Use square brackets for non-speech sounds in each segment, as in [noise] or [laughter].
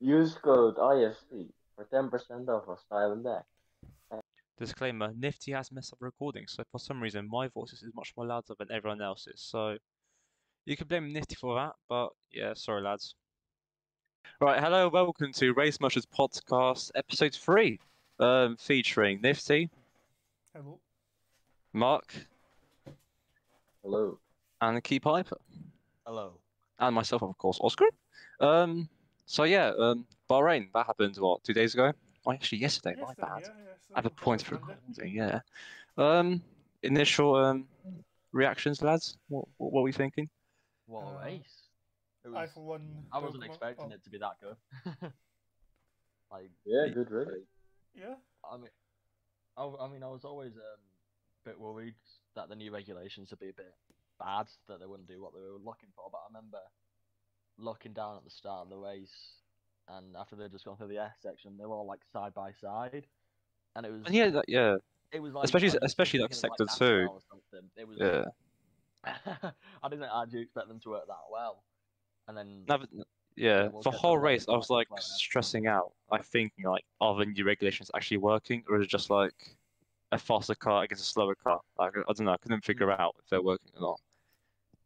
Use code ISP for 10% off of Style and Deck. Disclaimer, Nifty has messed up recording, so for some reason my voice is much more louder than everyone else's, so you can blame Nifty for that, but yeah, sorry lads. Right, hello, welcome to Race Mushers Podcast, episode three, um, featuring Nifty, Hello. Mark, Hello. and Key Piper, Hello. and myself, of course, Oscar. Um, so yeah, um, Bahrain, that happened, what, two days ago? Oh, actually, yesterday, my Yesterday, bad. yeah, yeah, so I have a point for Monday. recording, yeah. Um, initial um, reactions, lads. What, what, what were we thinking? What Uh, a race. It I was, for one. I wasn't don't come up- expecting oh, it to be that good. [laughs] like, Yeah, good race. Yeah. I mean, I, w- I mean, I was always um, a bit worried that the new regulations would be a bit bad, that they wouldn't do what they were looking for. But I remember looking down at the start of the race, and after they'd just gone through the S section, they were all like side by side, and it was And yeah, that, yeah, it was like Especially- I was especially, like, thinking of, sector two. NASCAR or something. It was like, yeah. [laughs] I didn't actually expect them to work that well. And then Nav- yeah. we'll For get to whole the race, I race was like later. stressing out. I think like, are the new regulations actually working, or is it just like a faster car against a slower car? Like, I don't know. I couldn't figure out if they're working or not.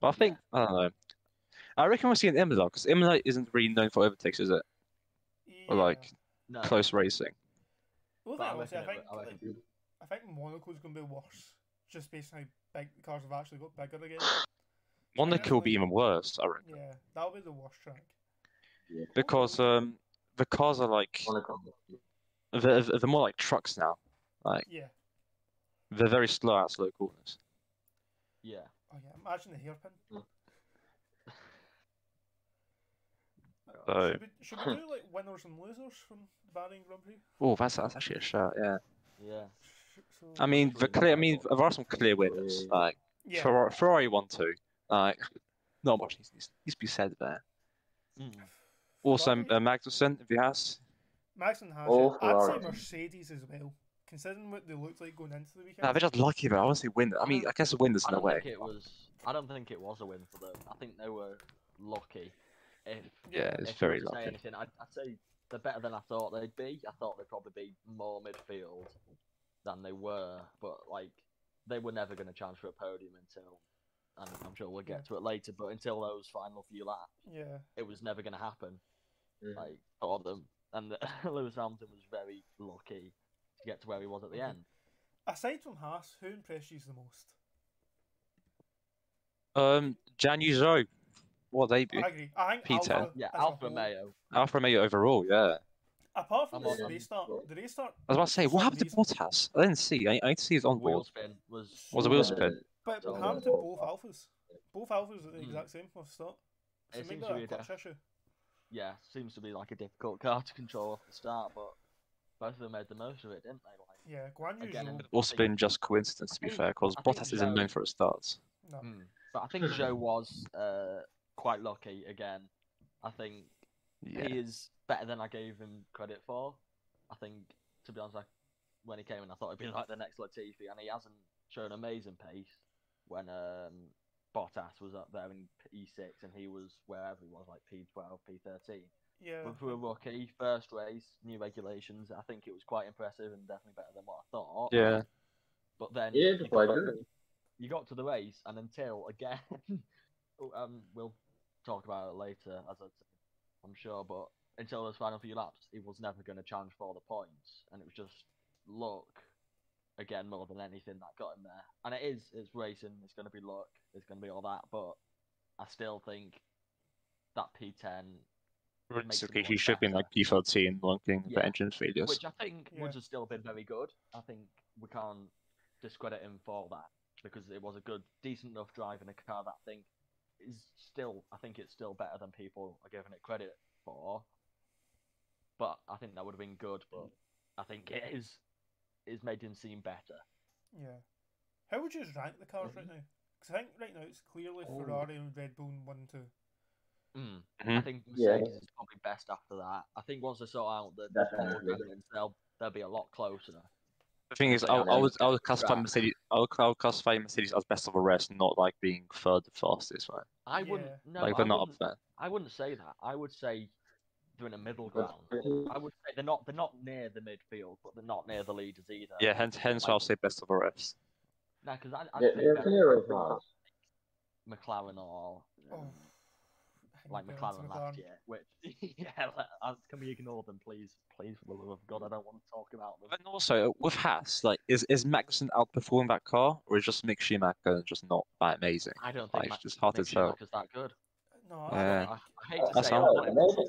But I think I don't know. I reckon we'll see an Imola because Imola isn't really known for overtakes, is it? Or like no, close racing. Well, but I I, reckon I it think wa- I reckon like, I think Monaco's gonna be worse, just based on how big the cars have actually got bigger [coughs] again. Monaco will be like- even worse, I reckon, Yeah, that'll be the worst track. because um, the cars are like Wanna come with you? they're, they're more like trucks now. Yeah. They're very slow at slow corners. yeah. Oh yeah. Imagine the hairpin. Mm. So- Should we, should [coughs] we do like winners and losers from the Bahrain Grand Prix? Oh, that's that's actually a shout. Yeah. Yeah. Sh- So, I mean, the Absolutely clear. I mean, incredible. there are some clear winners. Great. Like yeah. Ferrari, Ferrari one two. Like not much needs, needs, needs to be said there. Hmm. Mm. Also, Ferrari- uh, Magnussen, if he has. Max and Hazard. All I'd say Ferrari. Mercedes as well, considering what they looked like going into the weekend. Nah, they're just lucky though. I want to say win. I mean, I guess a win is I in a don't way. think it was. I don't think it was a win for them. I think they were lucky. If Yeah, it's if you were very to Say lucky. anything, I'd, I'd say they're better than I thought they'd be. I thought they'd probably be more midfield than they were, but like they were never going to chance for a podium until, and I'm sure we'll Yeah. get to it later. But until those final few laps, Yeah. it was never going to happen. Mhm. Like for them, and [laughs] Lewis Hamilton was very lucky to get to where he was at the Mm-hmm. Mhm. end. Aside from Haas, who impressed you the most? Um, Jan Zhou, what a debut. I agree. I think Peter. Alpha, Yeah, as a Alpha whole- Romeo. Alfa Romeo overall, yeah. Apart from I'm the on- race start, the race start, I was about to say, For what some happened to reason- Bottas? I didn't see. I, I need to see his on Wheel board. spin was Was a wheel Yeah. spin? but So, Hamilton uh, both alphas, both alphas are the Hmm. exact same off start. So It maybe seems to that's be a a clutch def- issue. yeah, seems to be like a difficult car to control off the start, but both of them made the most of it, didn't they? Yeah, Guan Yu Again, Zhou, another- Wheel spin just coincidence, to be think- fair, because I think Bottas isn't known Zhou- for his starts. no. Like, Hmm. but I think Joe was uh, quite lucky again. I think Yeah. he is better than I gave him credit for. I think, to be honest, I, when he came in, I thought he'd be like the next Latifi, and he hasn't shown amazing pace when um, Bottas was up there in P6 and he was wherever he was, like P12, P13. Yeah, But for a rookie, first race, new regulations, I think it was quite impressive and definitely better than what I thought. Yeah. But then Yeah, you, it's quite got, good. you got to the race, and until again, [laughs] oh, um, we'll talk about it later, as I, I'm sure. But until those final few laps, he was never going to challenge for the points, and it was just luck again more than anything that got him there. And it is, it's racing. It's going to be luck. It's going to be all that. But I still think that P10 Realistically, him he look should be in like better. P13, looking for Yeah. engine failures. which I think Yeah. Woods has still been very good. I think we can't discredit him for that because it was a good, decent enough drive in a car that I think is still, I think it's still better than people are giving it credit for. But I think that would have been good, but I think it is, it's made him seem better. yeah. How would you rank the cars right now? Because I think right now it's clearly Mm-hmm. Oh. Ferrari and Red Bull in one and two. Mm. I Mhm. think Mm-hmm. Yeah. Mercedes is probably best after that. I think once they sort out the, the Definitely. uh, programming, they'll, they'll be a lot closer. The thing is, I, Yeah, I no, would I would classify right. Mercedes. I would, I would classify Mercedes as best of the rest, not like being third fastest, right? I wouldn't, Yeah. no, like they're I not wouldn't up there. I wouldn't say that. I would say doing a middle That's ground. pretty- I would say they're not they're not near the midfield, but they're not near the leaders either. Yeah, hence hence why I'll say best of the rest. Nah, 'cause I, I They're, think they're that clear of us. McLaren or Oh, um, like McLaren last year, which [laughs] yeah, like, as can we ignore them, please, please, for the love of God, I don't want to talk about them. And also with Haas, like is is Magnussen outperforming that car, or is just Mick Schumacher just not that amazing? I don't Like, think it's just hard to tell. Is that good? No, Uh, I, I, think- I hate to That's say, it, all. but it- Maybe-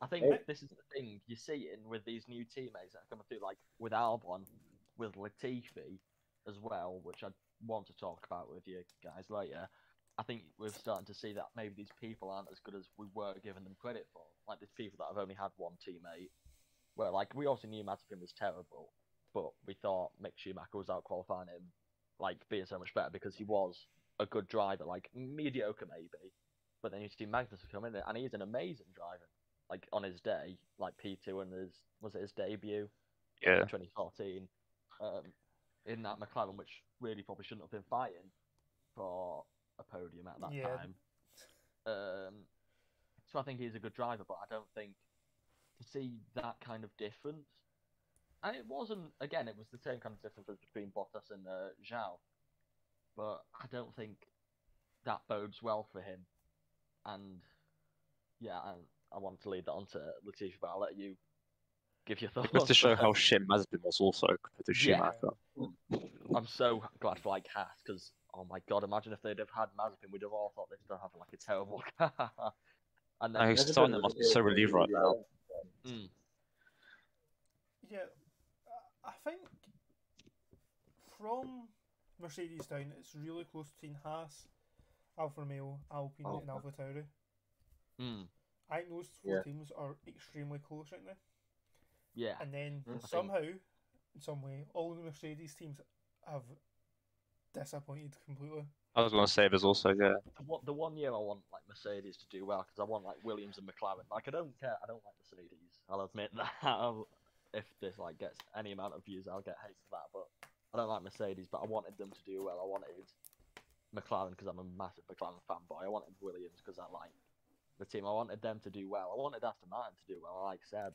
I think Hey. this is the thing you see in with these new teammates that are coming through, like with Albon, with Latifi as well, which I want to talk about with you guys later. I think we're starting to see that maybe these people aren't as good as we were giving them credit for. Like these people that have only had one teammate. Well, like we obviously knew Mazepin was terrible, but we thought Mick Schumacher was out qualifying him, like being so much better because he was a good driver, like mediocre maybe. But then you see Magnus come in and he's an amazing driver like on his day, like P2 and his was it his debut Yeah. in 2014 um, in that McLaren, which really probably shouldn't have been fighting for a podium at that Yeah. time. Um, so I think he's a good driver, but I don't think to see that kind of difference. And it wasn't again; it was the same kind of difference as between Bottas and uh, Zhao, but I don't think that bodes well for him. And yeah, I, I wanted to lead that on to Latifi, but I'll let you give your [laughs] thoughts. Just to show on that. how shit Mazepin was also compared to Yeah. Schumacher. I'm so glad for like Haas because oh my god, imagine if they'd have had Mazepin, we'd have all thought they'd have like a terrible [laughs] car. and then I That's a starting good must be idea. so relieved right now. Mm, yeah, I- I think from Mercedes down, it's really close between Haas, Alfa Romeo, Alpine, and Alfa Tauri. mm, I think those four Yeah. teams are extremely close right now. yeah, And then I think- somehow, in some way, all the Mercedes teams have disappointed completely. I was gonna say there's also yeah. the one, the one year I want like Mercedes to do well because I want like Williams and McLaren. Like I don't care, I don't like Mercedes. I'll admit [laughs] that. I'll, if this like gets any amount of views, I'll get hate for that. But I don't like Mercedes, but I wanted them to do well. I wanted McLaren because I'm a massive McLaren fanboy. I wanted Williams because I like the team. I wanted them to do well. I wanted Aston Martin to do well. I like Seb,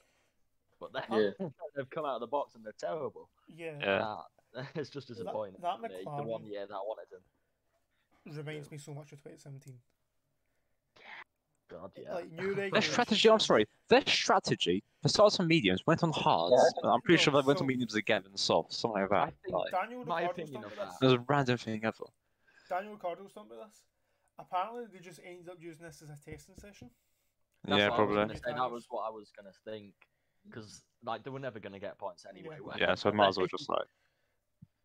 but then [laughs] they've come out of the box and they're terrible. Yeah, Yeah. That- [laughs] it's just That- disappointing. that for me, the one McLaren- year that I wanted them. reminds me so much of 2017. God, yeah. Like new Their regulations. strategy, I'm sorry, their strategy for starts and mediums went on hards. Yeah. and I'm pretty No, sure they went so- on mediums again and softs, something like that. I think Like, Daniel my Ricciardo was opinion talking of about that. this. there's a random thing ever. Daniel Ricciardo was talking about this. Apparently, they just ended up using this as a testing session. That's what yeah, I was probably. gonna say, that was what I was gonna think, because like they were never gonna get points anyway. Yeah. were Yeah, they? so I might as well just like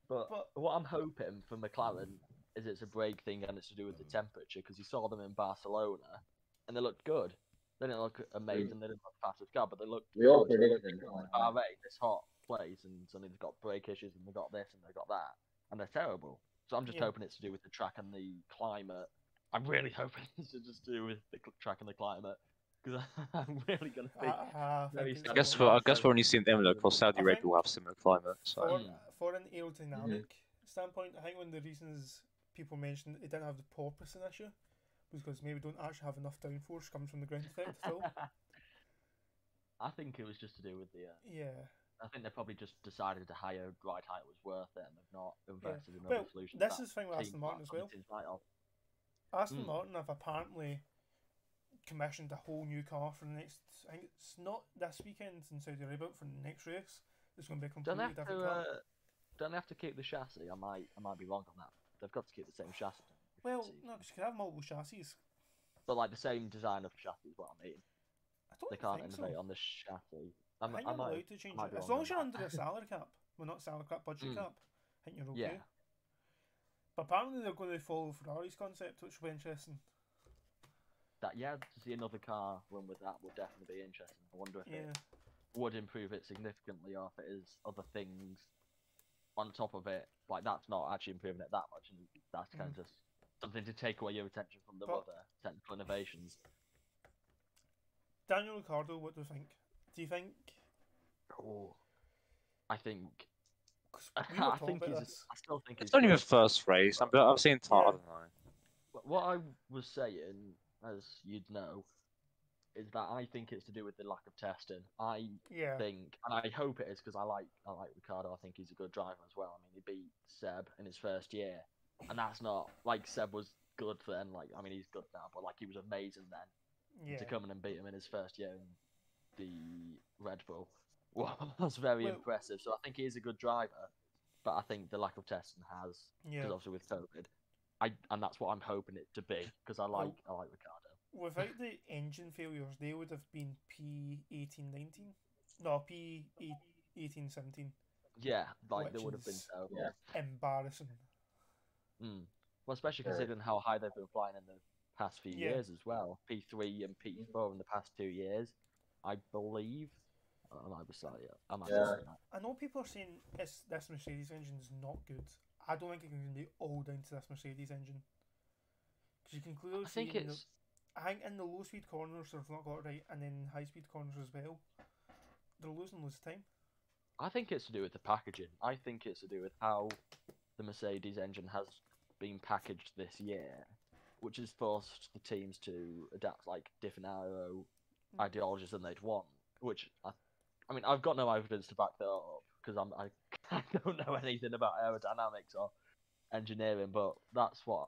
But But- what I'm hoping for McLaren is it's a break thing and it's to do with the temperature, because you saw them in Barcelona and they looked good. They didn't look amazing. They didn't look fast as car, but they looked. We all good. They looked predicted it, good. didn't we? Bahrain, this hot place, and suddenly they've got brake issues, and they got this, and they got that, and they're terrible. So I'm just Yeah. hoping it's to do with the track and the climate. I'm really [laughs] hoping it's to just do with the cl- track and the climate, because [laughs] I'm really gonna I, be. I Very think it's sad. I I guess don't for know, I [laughs] I'm guess sorry. we're only seeing them look for Saudi I Arabia think- will have similar climate. So for, Mm. for an aerodynamic standpoint, I think one of the reasons people mentioned it didn't have the porpoising issue was because maybe don't actually have enough downforce coming from the ground effect [laughs] at all. I think it was just to do with the. Uh, yeah. I think they probably just decided a higher ride height was worth it, and they've not invested in Well, other solutions. This That is the thing with Aston team- Martin that as well. team's right off. Aston Mm. Martin have apparently commissioned a whole new car for the next. I think it's not this weekend in Saudi Arabia, but for the next race, it's going to be a Don't they completely have different to? car. Uh, don't they have to keep the chassis? I might. I might be wrong on that. They've got to keep the same chassis. well, no, 'cause you can have multiple chassis. But like the same design of chassis is what I mean. I don't They can't think so. innovate on the chassis. I'm, I think I you're might- allowed to change might it be wrong as long on as you're that. under a salary cap. Well, not salary cap, budget Mm. cap. I think you're okay. yeah. But apparently they're going to follow Ferrari's concept, which will be interesting. That yeah, to see another car run with that will definitely be interesting. I wonder if Yeah, it would improve it significantly or if it is other things on top of it. Like that's not actually improving it that much and that's kind Mm. of just something to take away your attention from the But- other technical innovations. Daniel Ricciardo, what do you think? Do [laughs] you think? Oh. I think [laughs] 'cause we were I talking think he's about this. I still think it's he's only the good. first race. I'm, I'm seeing tar. Yeah. I don't know. But what I was saying, as you'd know, is that I think it's to do with the lack of testing. I Yeah. think, and I hope it is because I like I like Ricardo. I think he's a good driver as well. I mean, he beat Seb in his first year, and that's not like Seb was good then. Like I mean, he's good now, but like he was amazing then. yeah. To come in and beat him in his first year in the Red Bull [laughs] was very Well- impressive. So I think he is a good driver, but I think the lack of testing has because Yeah. obviously with COVID, I and that's what I'm hoping it to be because I like I like Ricardo. Without the engine failures, they would have been P eighteen nineteen. No, P eighteen seventeen. Yeah, like there Which would have been is- so. Yeah. Embarrassing. Mm. Well, especially Sure. considering how high they've been flying in the past few Yeah. years as well. P3 and P4 in the past two years, I believe. I might be slightly. I might Yeah. be saying that. I know people are saying it's, this Mercedes engine's not good. I don't think it can be all down to this Mercedes engine. Because you can clearly I see think in the- it's. I think in the low speed corners they've not got it right, and then high speed corners as well. They're losing loads of time. I think it's to do with the packaging. I think it's to do with how the Mercedes engine has been packaged this year, which has forced the teams to adapt like different aero Mm. ideologies than they'd want. Which I, I mean, I've got no evidence to back that up because I'm I, [laughs] I don't know anything about aerodynamics or engineering, but that's what.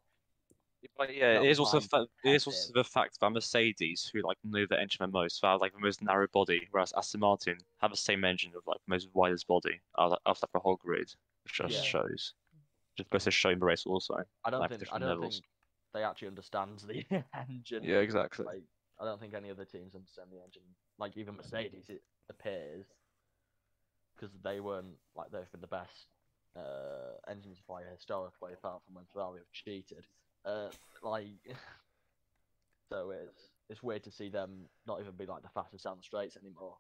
But yeah, it is also Sometimes fa- it is also competitive. the fact that Mercedes, who like know their engine the most, they have like the most narrow body, whereas Aston Martin have the same engine of like the most widest body out of like the whole grid, which just Yeah. shows. Just goes to showing the race also. I don't Like think I different don't levels. think they actually understand the [laughs] engine. exactly. Like, I don't think any other teams understand the engine. Like even Mercedes, it appears, because they weren't like they've been the best uh, engine supplier historically, apart from when Ferrari have cheated. Uh, like, [laughs] so it's it's weird to see them not even be like the fastest down the straights anymore,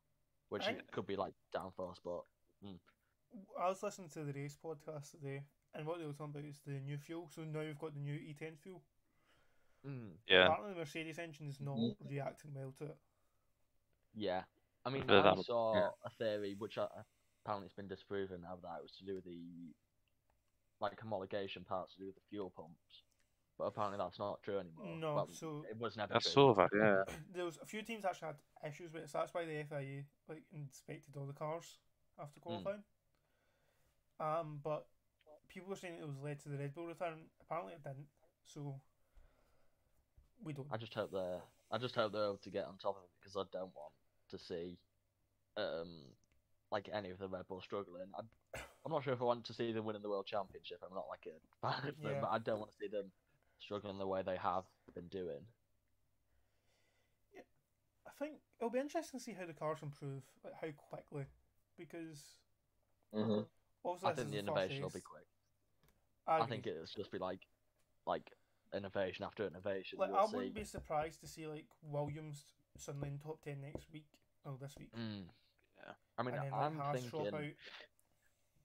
which I- could be like downforce, but I was listening to the race podcast today, and what they were talking about is the new fuel. So now we've got the new E10 fuel. mm, Yeah, Apparently, the Mercedes engine is not Mhm. reacting well to it. yeah. I mean, Yeah, I that- saw yeah. a theory which I, apparently it's been disproven now that it was to do with the like homologation parts to do with the fuel pumps, but apparently that's not true anymore. No, Well, so- it was never. I true. saw that. Yeah, There was a few teams actually had issues with it, so that's why the FIA like inspected all the cars Hmm. after qualifying. Um, but people were saying it was led to the Red Bull return. Apparently, it didn't. So we don't. I just hope they're. I just hope they're able to get on top of it because I don't want to see, um, like any of the Red Bull struggling. I, I'm not sure if I want to see them winning the World Championship. I'm not like a fan of them, Yeah. but I don't want to see them struggling the way they have been doing. I think it'll be interesting to see how the cars improve, like how quickly, because hmm [laughs] obviously I this think the is a innovation will fast be race. quick. I, I agree. think it'll just be like, like innovation after innovation. Like, we'll I see. wouldn't be surprised to see like Williams suddenly in top ten next week or this week, Mm. Yeah. I mean, and then like I'm Haas drop out. thinking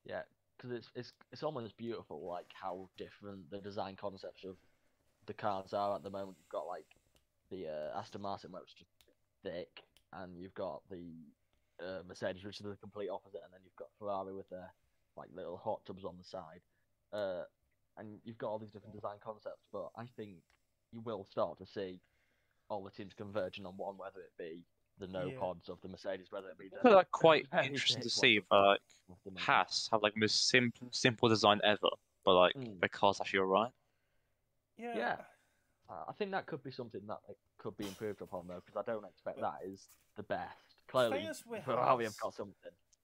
because it's it's it's almost beautiful, like how different the design concepts of the cars are at the moment. You've got like the uh, Aston Martin, which is thick, and you've got the uh, Mercedes, which is the complete opposite, and then you've got Ferrari with their like little hot tubs on the side, uh, and you've got all these different design concepts. But I think you will start to see all the teams converging on one, whether it be the no Yeah. pods of the Mercedes, whether it be I [laughs] the feel like quite very interesting to thick see ones but like of the Mercedes. Haas have like the most simple simple design ever, but like Mm. their cars actually alright. Yeah, Yeah. Uh, I think that could be something that it could be improved upon though, because I don't expect that is the best. Clearly, is [laughs] with Ferrari have us- got something.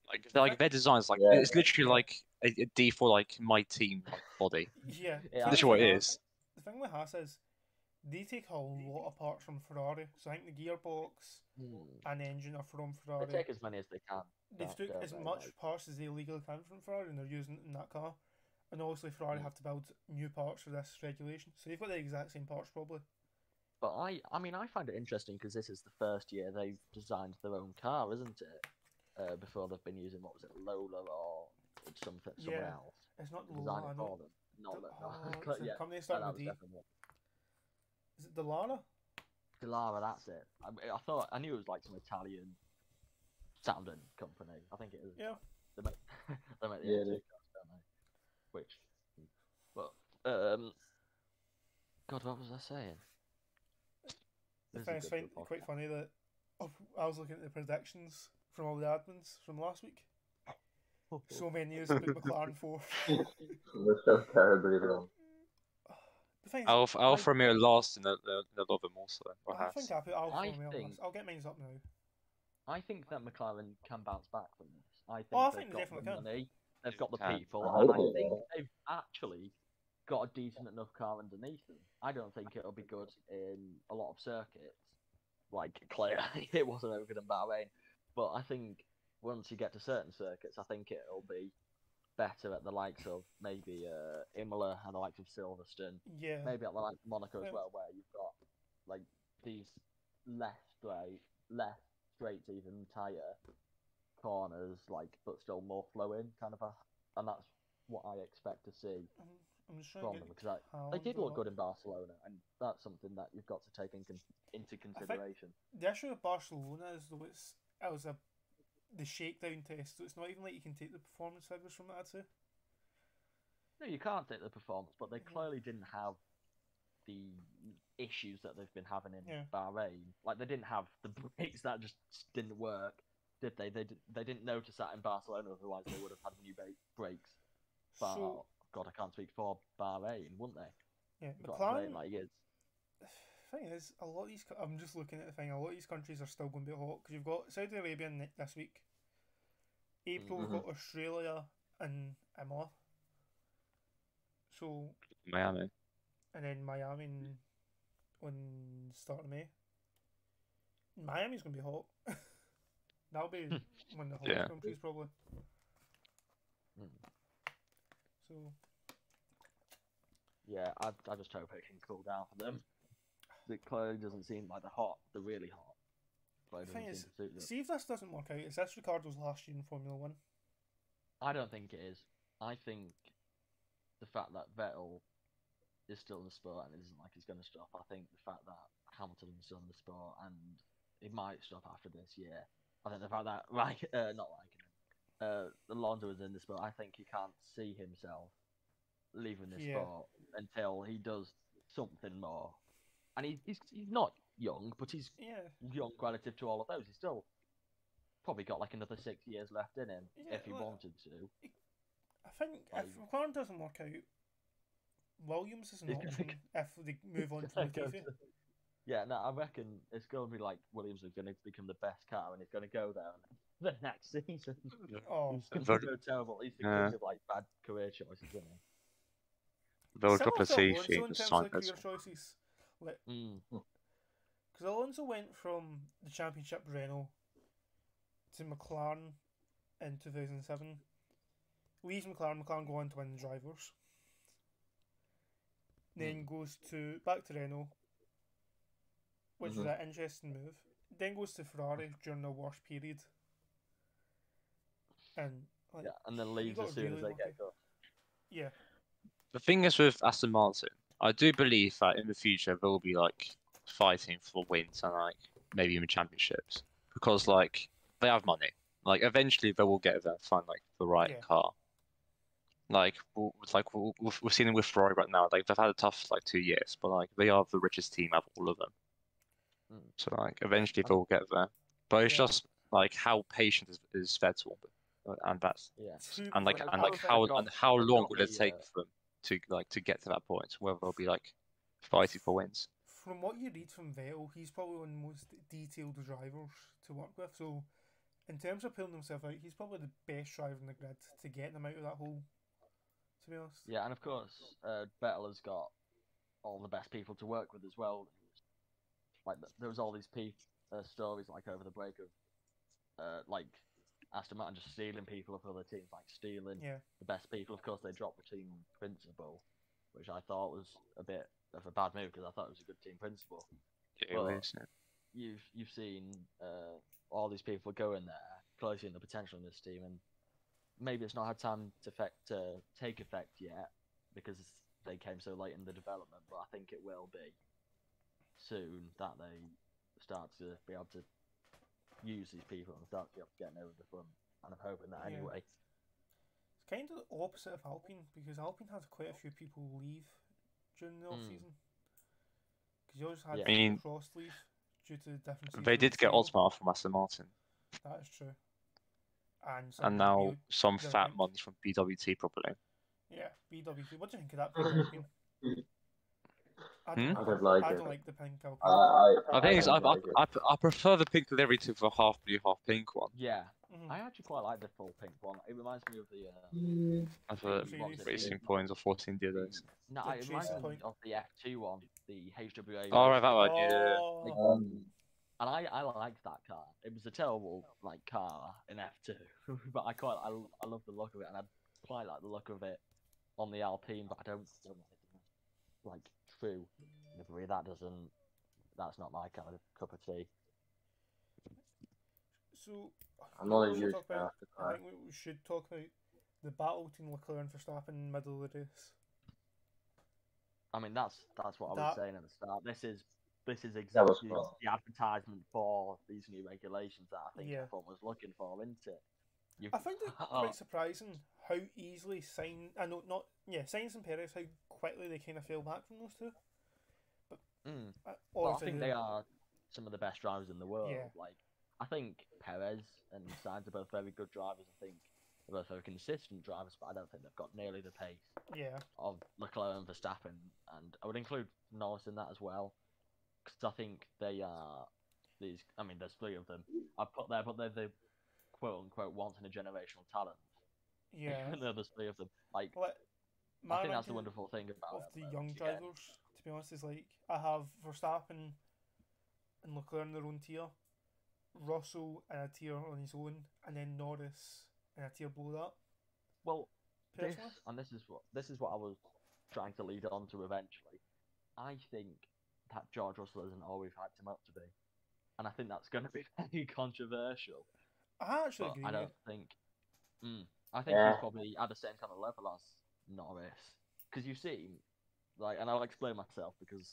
Like they're, like their designs like Yeah. it's literally like a, a D for like my team like, body. yeah. Yeah, That's I- what it Haas- is. The thing with Haas is they take a lot of parts from Ferrari, so I think the gearbox Hmm. and engine are from They Ferrari. take as many as they can. They've that, took don't as they? much Like- parts as they legally can from Ferrari, and they're using it in that car. And obviously, Ferrari Mm. have to build new parts for this regulation, so they've got the exact same parts probably. But I, I mean, I find it interesting because this is the first year they've designed their own car, isn't it? Uh, before they've been using what was it, Lola or something, someone Yeah, else. It's not to Design Lola, I it for know. them. [laughs] The- Not oh, that. it's a yeah, company that starting with was D. definitely it. Is it Delara? Dallara, that's it. I, I thought I knew it was like some Italian sounding company. I think it is. Yeah. They make, [laughs] they make the Yeah, yeah, they- don't they? Which, but um, God, what was I saying? I This is find good it's for fin- the quite podcast. funny that of, I was looking at the predictions from all the admins from last week. [laughs] So many years put McLaren fourth. We're so terribly wrong. The thing is, Alpha, Alfa I, Romeo last in the, the, the lot of them also. Or I has. think I put Alfa I Romeo. think- last. I'll get mine up now. I think that McLaren can bounce back from this. I think Oh, I they've think they got definitely the can. money, they've got the Can. people, I and I hope they think will. they've actually got a decent enough car underneath them. I don't think it'll be good in a lot of circuits. Like clearly, [laughs] it wasn't ever good in Bahrain, but I think once you get to certain circuits, I think it'll be better at the likes of maybe uh, Imola and the likes of Silverstone Yeah. maybe at the like Monaco Yeah. as well, where you've got like these less straight, less straight even tighter corners, like but still more flowing kind of a, and that's what I expect to see I'm, I'm just trying from to them get because they Haaland's did look up. good in Barcelona, and that's something that you've got to take in, con- into consideration. The issue with Barcelona is though it's it was a the shakedown test, so it's not even like you can take the performance figures from that. I'd say. No, you can't take the performance, but they Mhm. clearly didn't have the issues that they've been having in Yeah. Bahrain. Like they didn't have the [laughs] brakes that just didn't work, did they? They did, they didn't notice that in Barcelona. Otherwise, they would have had new ba- brakes. But So God, I can't speak for Bahrain, wouldn't they? yeah, You've got to play it McLaren. like it is. thing is, a lot of these. co- I'm just looking at the thing. A lot of these countries are still going to be hot because you've got Saudi Arabia ne- this week. April Mhm. we've got Australia and Imola. So Miami. and then Miami in, on start of May. Miami's gonna be hot. [laughs] That'll be one of the hottest Yeah. countries probably. Mm. So Yeah, I, I just hope it can cool down for them. It clearly doesn't seem like they're hot. They're really hot. Clearly Thing doesn't is, seem to suit them. see if this doesn't work out. Is this Ricardo's last year in Formula One? I don't think it is. I think the fact that Vettel is still in the sport and it isn't like he's going to stop. I think the fact that Hamilton's still in the sport and it might stop after this year. I think the fact that [laughs] right, uh, not like uh, Alonso is in the sport. I think he can't see himself leaving the Yeah. sport until he does something more. And he, he's he's not young, but he's Yeah. young relative to all of those. He's still probably got like another six years left in him Yeah, if he well, wanted to. I think if Like- McLaren doesn't work out, Williams is an He's gonna option if they move on Yeah, from go Latifi. to- Yeah, no, I reckon it's going to be like Williams is going to become the best car and he's going to go there [laughs] the next season. Oh, He's going Verd- to go terrible. He's the Yeah. king of like bad career choices, isn't Vote for similar to Alonso Latifi in and terms of Sainz. career choices. Like, he? Mm. Because Alonso went from the championship Renault to McLaren in 2007. Leaves McLaren, McLaren go on to win the drivers. Then Hmm. goes to back to Renault, which was Mhm. Mm-hmm. an interesting move. Then goes to Ferrari during the worst period. And like, Yeah, and then you leaves got as soon really as they lucky. get good. [laughs] yeah, The thing is with Aston Martin, I do believe that in the future they'll be like fighting for wins and like maybe even championships because like they have money. Like eventually they will get there and find like the right Yeah. car. Like w- with- like w- w- we're seeing it with Ferrari right now. Like they've had a tough like two years, but like they are the richest team out of all of them. Mm. So like eventually they'll get there. But it's Hmm. Yeah. just like how patient is, is Vettel, Uh, and that's Yeah. Two and like Ferrari- and how like is that how not- and how that's long not will it the, take uh, for them to like to get to that point where they'll be like fighting for wins? from what you read from Vettel, he's probably one of the most detailed drivers to work with. So, in terms of pulling himself out, he's probably the best driver in the grid to get them out of that hole. To be honest, Yeah, and of course, uh, Vettel has got all the best people to work with as well. Like th- there was all these pe- uh, stories like over the break of uh, like Aston Martin just stealing people of other teams, like stealing yeah, the best people. Of course, they dropped the team principle, which I thought was a bit of a bad move because I thought it was a good team principle. Well, You've you've seen uh, all these people go in there, clearly seeing the potential in this team, and maybe it's not had time to effect to take effect yet because they came so late in the development. But I think it will be soon that they start to be able to use these people and start to be able to get over the front. And I'm hoping that Yeah. anyway. it's kind of the opposite of Alpine because Alpine had quite a few people leave during the off Hmm. season. Because you always had Yeah. I mean- Frost leave due to different. They did get ultimate. Ultimate from Aston Martin, That is true. And some and now B- some they're fat linked. money from BWT probably. yeah, BWP. What do you think of that pink [laughs] alpine? I Hmm? don't, I don't like I it. Uh, don't like the pink I, alpine. I, I think it's, I, don't I, like it. I, I prefer the pink delivery to the half blue, half pink one. Yeah, Mhm. I actually quite like the full pink one. It reminds me of the. Uh, Mm. I prefer Actually, Mm. you racing see- points or 14 dealers. no, The it reminds Chase me Point. of the F2 one, the HWA. All right, that one, yeah. Oh, Um, And I, I liked that car. It was a terrible like car in F2, [laughs] but I quite I, l- I love the look of it, and I quite like the look of it on the Alpine. But I don't still like true livery. That doesn't. That's not my kind of cup of tea. so I'm not a we should huge talk fan about- of the I car. think we- we should talk about the battle between Leclerc and Verstappen in the middle of the race. I mean, that's that's what I That- was saying at the start. This is this is That was exactly wrong. the advertisement for these new regulations that I think Yeah. everyone was looking for, isn't it? You've, I found [laughs] it Oh. quite surprising how easily sign I know not yeah Sainz and Perez how quickly they kind of fell back from those two. Mm. I, Well, I obviously think the- they are some of the best drivers in the world. Yeah. Like, I think Perez and Sainz are both very good drivers. I think they're both very consistent drivers, but I don't think they've got nearly the pace Yeah, [laughs] of Leclerc and Verstappen. And I would include Norris in that as well, because I think they are these. I mean, there's three of them. I put there, but they're the quote unquote once in a generational talent. [laughs] yeah. Even though there's three of them. Like, Like, I my think that's the ranking- wonderful thing about of it, the but young again, drivers, to be honest, is like I have Verstappen and Leclerc in their own tier, Russell in a tier on his own, and then Norris in a tier below that. Well, this, Personally, and this is what this is what I was trying to lead on to eventually. I think that George Russell isn't all we've hyped him up to be, and I think that's going to be [laughs] very controversial. I actually But agree. I with you. don't think. Mm, I think Yeah. he's probably at the same kind of level as Norris, because you see, like, and I'll explain myself because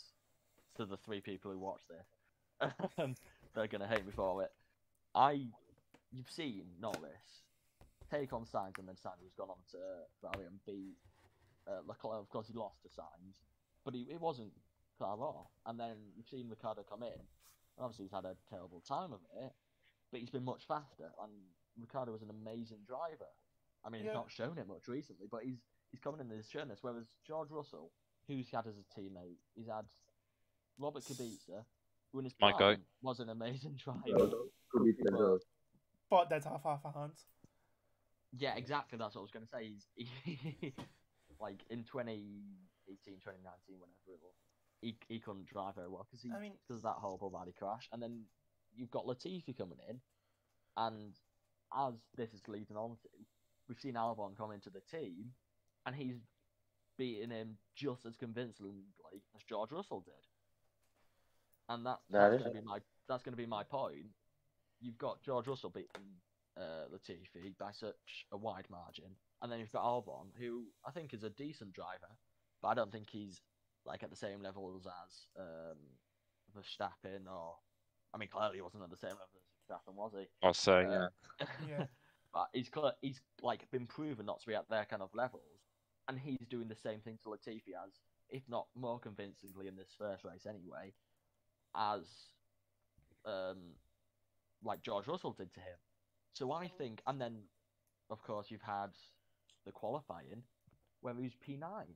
to the three people who watch this, [laughs] they're going to hate me for it. I, you've seen Norris take on Sainz, and then Sainz has gone on to Ferrari and beat uh, Leclerc. Of course, he lost to Sainz, but he it wasn't far off. And then you've seen Ricardo come in, and obviously he's had a terrible time of it, but he's been much faster. And Ricardo was an amazing driver. I mean, Yeah. he's not shown it much recently, but he's he's coming in and he's shown this. Whereas George Russell, who's he had as a teammate, he's had Robert Kubica, who in his My prime guy. was an amazing [laughs] driver. could be Pinto. But did have half a hand. Yeah, exactly. That's what I was going to say. He's, [laughs] like in 2018, 2019, whenever it was, he, he couldn't drive very well because he I mean, does that horrible body crash. And then you've got Latifi coming in, and as this is leading on to, we've seen Albon come into the team, and he's beating him just as convincingly as George Russell did. And that, That that's is going to be my that's going to be my point. You've got George Russell beating uh, Latifi by such a wide margin, and then you've got Albon, who I think is a decent driver, but I don't think he's like at the same levels as um, Verstappen or. I mean, clearly he wasn't at the same level as Verstappen, was he? I'll say, Uh, yeah. [laughs] yeah, But he's cl- he's like been proven not to be at their kind of levels, and he's doing the same thing to Latifi as, if not more convincingly in this first race anyway, as, um, like George Russell did to him. So I think, and then, of course, you've had the qualifying where he was P nine.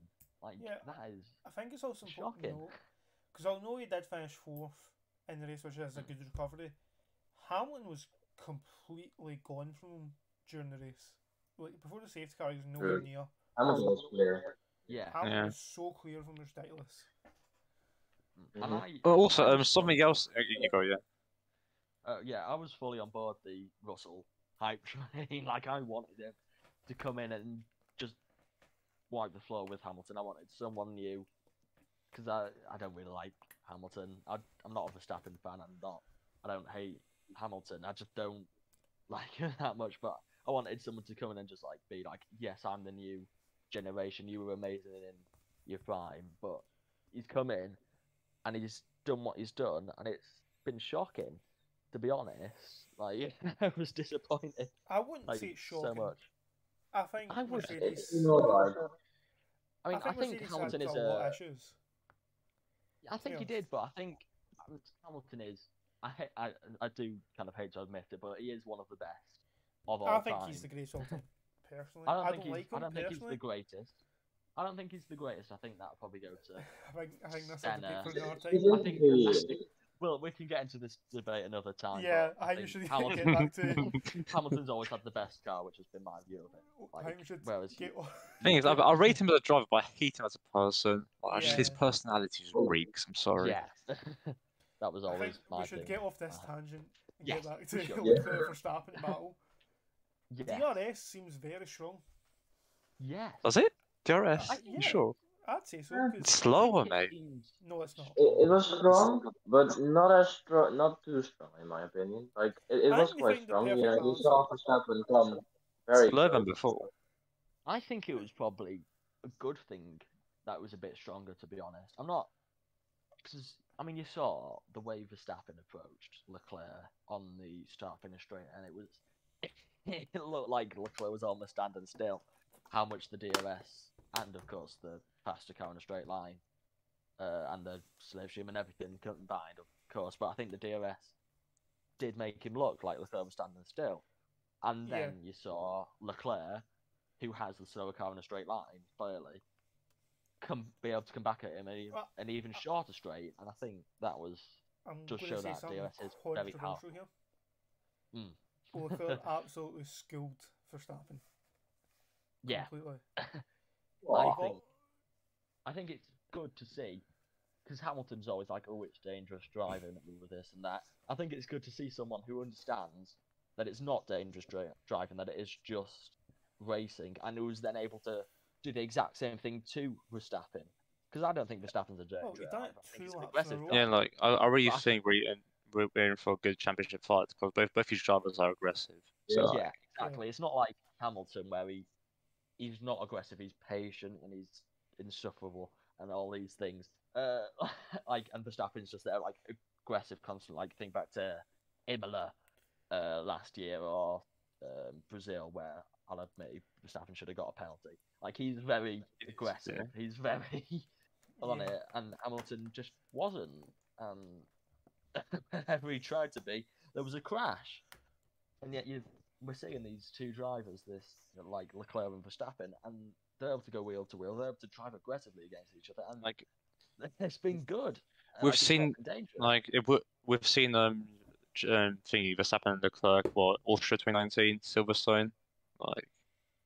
Like Yeah. that is I think it's also important shocking. to because although he did finish fourth in the race, which is a good recovery, Hamlin was completely gone from him during the race. Like before the safety car, he was nowhere True. near. I'm a little player. Yeah. Hamlin Yeah. was so clear from his ridiculous. And Mhm. I- Well, also, I um, was something fully- else. uh, You you go, yeah. Uh, yeah, I was fully on board the Russell hype [laughs] train. like I wanted him to come in and just wipe the floor with Hamilton. I wanted someone new because I I don't really like Hamilton. I I'm not a Verstappen fan. I'm not. I don't hate Hamilton. I just don't [laughs] like him that much. But I wanted someone to come in and just like be like, yes, I'm the new generation. You were amazing in your prime, but he's come in and he's done what he's done, and it's been shocking to be honest. Like [laughs] I was disappointed. I wouldn't Like say it's so shocking. much. I think I would- Mercedes. You know, like, I mean, I, think Mercedes had Hamilton is a lot of a. issues. I think he yeah. did, but I think Hamilton is I, ha- I I do kind of hate to admit it, but he is one of the best of all I time. think he's [laughs] the greatest all time. Personally, I don't, think he's, like him I don't think he's personally. the greatest. I don't think he's the greatest. I think that'll probably go to. [laughs] I think I think that's a debate Senna. for another time. Isn't I think- he- I think- Well, we can get into this debate another time. Yeah, but I think we should get Hamilton, [laughs] back to. Hamilton's always had the best car, which has been my view of it. I think we Like, should whereas [laughs] get. [laughs] Thing is, I, I rate him as a driver, but I hate him as a person. Like, I just, his Yeah. personality just reeks. I'm sorry. Yeah, [laughs] that was I always think my we should thing. get off this Uh, tangent and yes, [laughs] get back to we the should. Leclerc [laughs] Verstappen battle. Yeah. DRS seems very strong. Yes. Does it? DRS? I- You yeah. sure? I'd say so. Yeah. 'cause- It's slower, mate. No, it's not. It, it was strong, but not as strong, not too strong in my opinion. Like it, it I was actually quite think the strong. You know, perfect balance- you saw Verstappen come very Slower than close. before. I think it was probably a good thing that it was a bit stronger, to be honest. I'm not. Cause, I mean, you saw the way Verstappen approached Leclerc on the start finish straight, and it was. [laughs] It looked like Leclerc was almost standing still. How much the DRS, and of course the faster car in a straight line, uh, and the slipstream and everything combined, of course. But I think the DRS did make him look like Leclerc was standing still. And Yeah. then you saw Leclerc who has the slower car in a straight line, clearly, come be able to come back at him an, Well, uh, an even shorter straight, and I think that was I'm Just going show to say that something DRS is very controversial here. Mm. Leclerc [laughs] absolutely schooled Verstappen. yeah. Completely. I Well, think I think it's good to see because Hamilton's always like, oh, it's dangerous driving, all of this and that. I think it's good to see someone who understands that it's not dangerous dri- driving, that it is just racing, and who's then able to do the exact same thing to Verstappen. Because I don't think Verstappen's a dangerous Well, he done driver. it I think he's two an laps in a aggressive row. driver. Yeah, like I, I really But I think we're in, we're we're in for a good championship fight because both both these drivers are aggressive. So like, yeah, exactly. It's not like Hamilton where he he's not aggressive, he's patient and he's insufferable and all these things. Uh, [laughs] like and Verstappen's just there like aggressive constant. Like think back to Imola uh, last year or um, Brazil where I'll admit he- Verstappen should have got a penalty. Like he's very It is, aggressive. yeah. He's very on Yeah. it, and Hamilton just wasn't. And [laughs] whenever he tried to be, there was a crash. And yet you we're seeing these two drivers, this you know, like Leclerc and Verstappen, and they're able to go wheel to wheel. They're able to drive aggressively against each other, and like [laughs] it's been good. and We've I think seen, that's been dangerous. like it w- we've seen um, j- um thingy Verstappen and Leclerc what Austria 2019 Silverstone like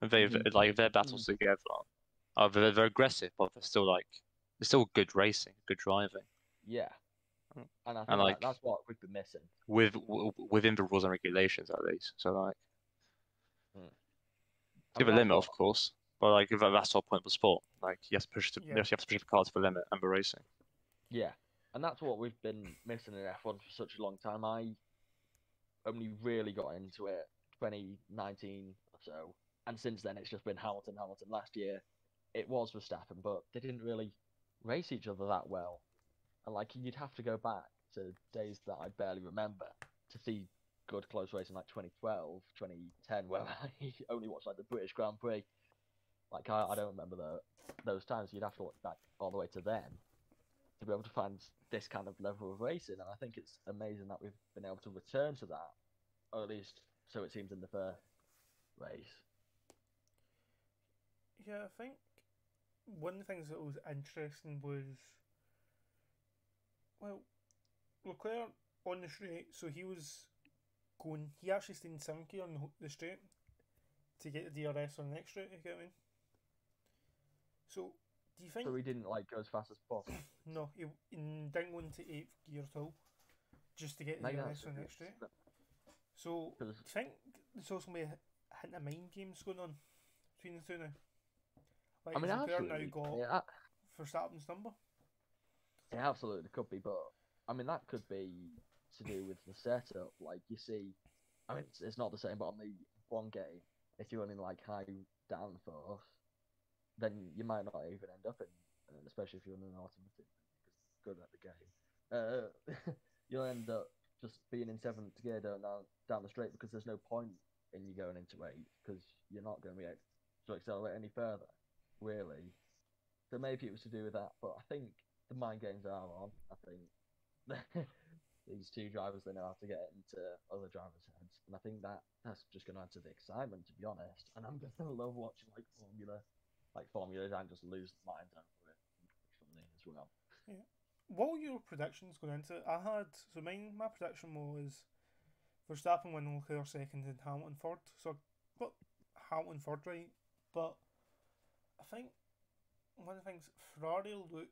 and they Mhm. like their battles together are they're, they're aggressive but they're still like they're still good racing good driving yeah. Mm. And I think like- that, that's what we've been missing. with w- w- within the rules and regulations at least so like Hmm. to And the that's limit of what- course but like that, that's the whole point of the sport like you have to push the, you Yeah. have to push the car to the limit and the racing Yeah, and that's what we've been missing in F1 for such a long time. I only really got into it 2019 or so, and since then it's just been Hamilton, Hamilton. Last year it was Verstappen, but they didn't really race each other that well. And like you'd have to go back to days that I barely remember to see good close racing like 2012, 2010, [laughs] where I only watched like the British Grand Prix. Like I, I don't remember tho- those times. You'd have to look back all the way to then to be able to find this kind of level of racing. And I think it's amazing that we've been able to return to that, or at least so it seems in the first race. Yeah, I think one of the things that was interesting was, well, Leclerc on the straight, so he was going, he actually stayed in 70 on the ho- the straight to get the DRS on the next straight, you get what I mean? So, do you think. So we didn't like go as fast as possible. No, he, he didn't go into 8th gear at all, just to get the Maybe DRS that's on the next straight. So, do you 'Cause- think there's also going to be a hint of mind games going on between the two now? Like, I mean, has Leclerc now absolutely. got Yeah, Verstappen's number? It absolutely could be, but I mean that could be to do with the setup. Like you see, I mean it's, it's not the same, but on the one game, if you're running like high downforce, then you might not even end up in, uh, especially if you're running an automatic, because good at the game. Uh, [laughs] you'll end up just being in seventh gear down down, down the straight because there's no point in you going into eight because you're not going to be able to accelerate any further, really. So maybe it was to do with that, but I think [laughs] the mind games are on. I think these two drivers they know how to get into other drivers' heads, and I think that that's just going to add to the excitement, to be honest. And I'm going to love watching like Formula, like Formula and just lose the mind over it. It's funny as well. What were your predictions going into it? I had so mine. My prediction was Verstappen winning Leclerc second and Hamilton third. So I got Hamilton third right, but I think one of the things Ferrari look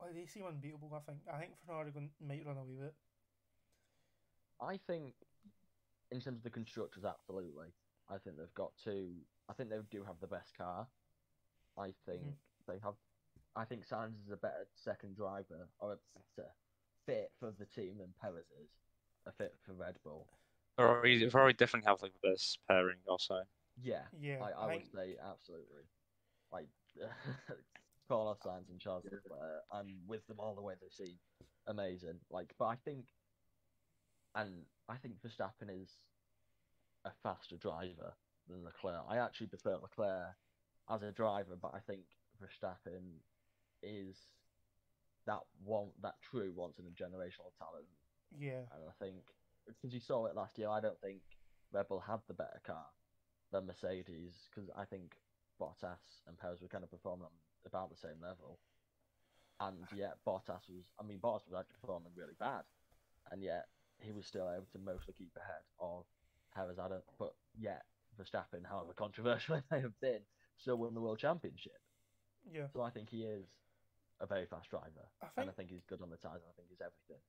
like they seem unbeatable. I think I think Ferrari gon- might run away with it. I think, in terms of the constructors, absolutely. I think they've got two. I think they do have the best car. I think they have. I think Sainz is a better second driver or a better fit for the team than Perez is. A fit for Red Bull. Ferrari, Ferrari definitely have like the best pairing also. Yeah, Yeah, I, I I would think- say absolutely. Like [laughs] Carlos Sainz and Charles Leclerc, I'm with them all the way this season. Amazing. Like, but I think, and I think Verstappen is a faster driver than Leclerc. I actually prefer Leclerc as a driver, but I think Verstappen is that one, that true once in a generational talent. Yeah, And I think because you saw it last year, I don't think Red Bull had the better car than Mercedes because I think Bottas and Perez were kind of performing on about the same level. And yet Bottas was, I mean, Bottas was actually performing really bad, and yet he was still able to mostly keep ahead of Perez. I don't, but yet Verstappen, however controversial [laughs] it may have been, still won the world championship. yeah. So I think he is a very fast driver, I and think I think he's good on the tires, and I think he's everything.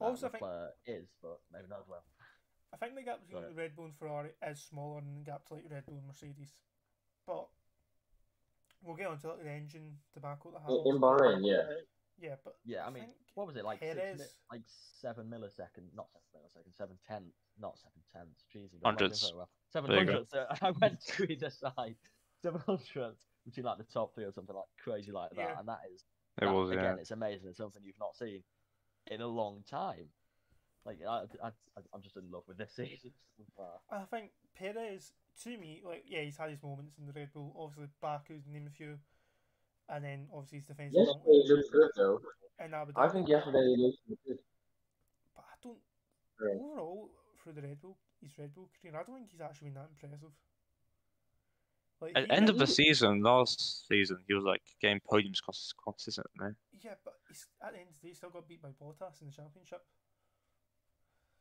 Also, I that think- Leclerc is, but maybe not as well. I think the gap between Right. Red Bull and Ferrari is smaller than the gap to like Red Bull and Mercedes. But we'll get onto like, the engine tobacco that Oh, In, happens. in Bahrain, yeah. Yeah, but Yeah, I mean, what was it like? Six Perez- mi- like seven milliseconds, not seven milliseconds, seven tenths, not seven tenths. Jeez, I've got that Hundreds. info well. Seven There you go. hundredths. So I went [laughs] to either side. Seven hundredths between like the top three or something like crazy like that, Yeah. and that is It that- was, yeah. again, it's amazing. It's something you've not seen in a long time. Like I, I, I I'm just in love with this [laughs] season. so far. I think Perez, to me, like yeah, he's had his moments in the Red Bull. Obviously, Baku's name a few, and then obviously his defensive Yesterday he moment looked good though. in Abu I Dhabi. think yesterday he looked good. But I don't Right. overall through the Red Bull, his Red Bull career. I don't think he's actually been that impressive. Like At he- end of the season, last season, he was like getting podiums cons- consistently. yeah, but he's, at the end of the day, he still got beat by Bottas in the championship.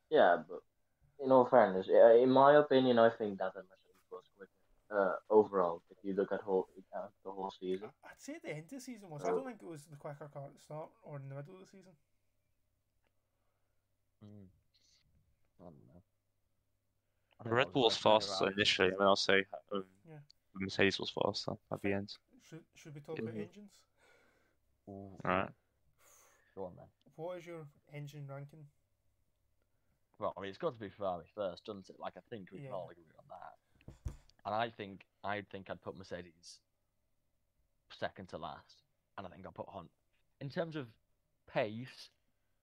Yeah, but in all fairness, uh, in my opinion, I think that the Mercedes was quicker uh, overall. If you look at whole at the whole season, I- I'd say at the end of the season was. I don't think it was the quicker car at the start or in the middle of the season. Mm. I don't know. I think that Red was Bull was first time faster around. initially, and then I'll say um, Yeah. Mercedes was faster at the end. Should should we talk about Mhm. engines? Ooh, All right. Go on then. What is your engine ranking? Well, I mean, it's got to be Ferrari first, doesn't it? Like, I think we Yeah. can all agree on that. And I think I think I'd put Mercedes second to last, and I think I'd put Hunt. In terms of pace,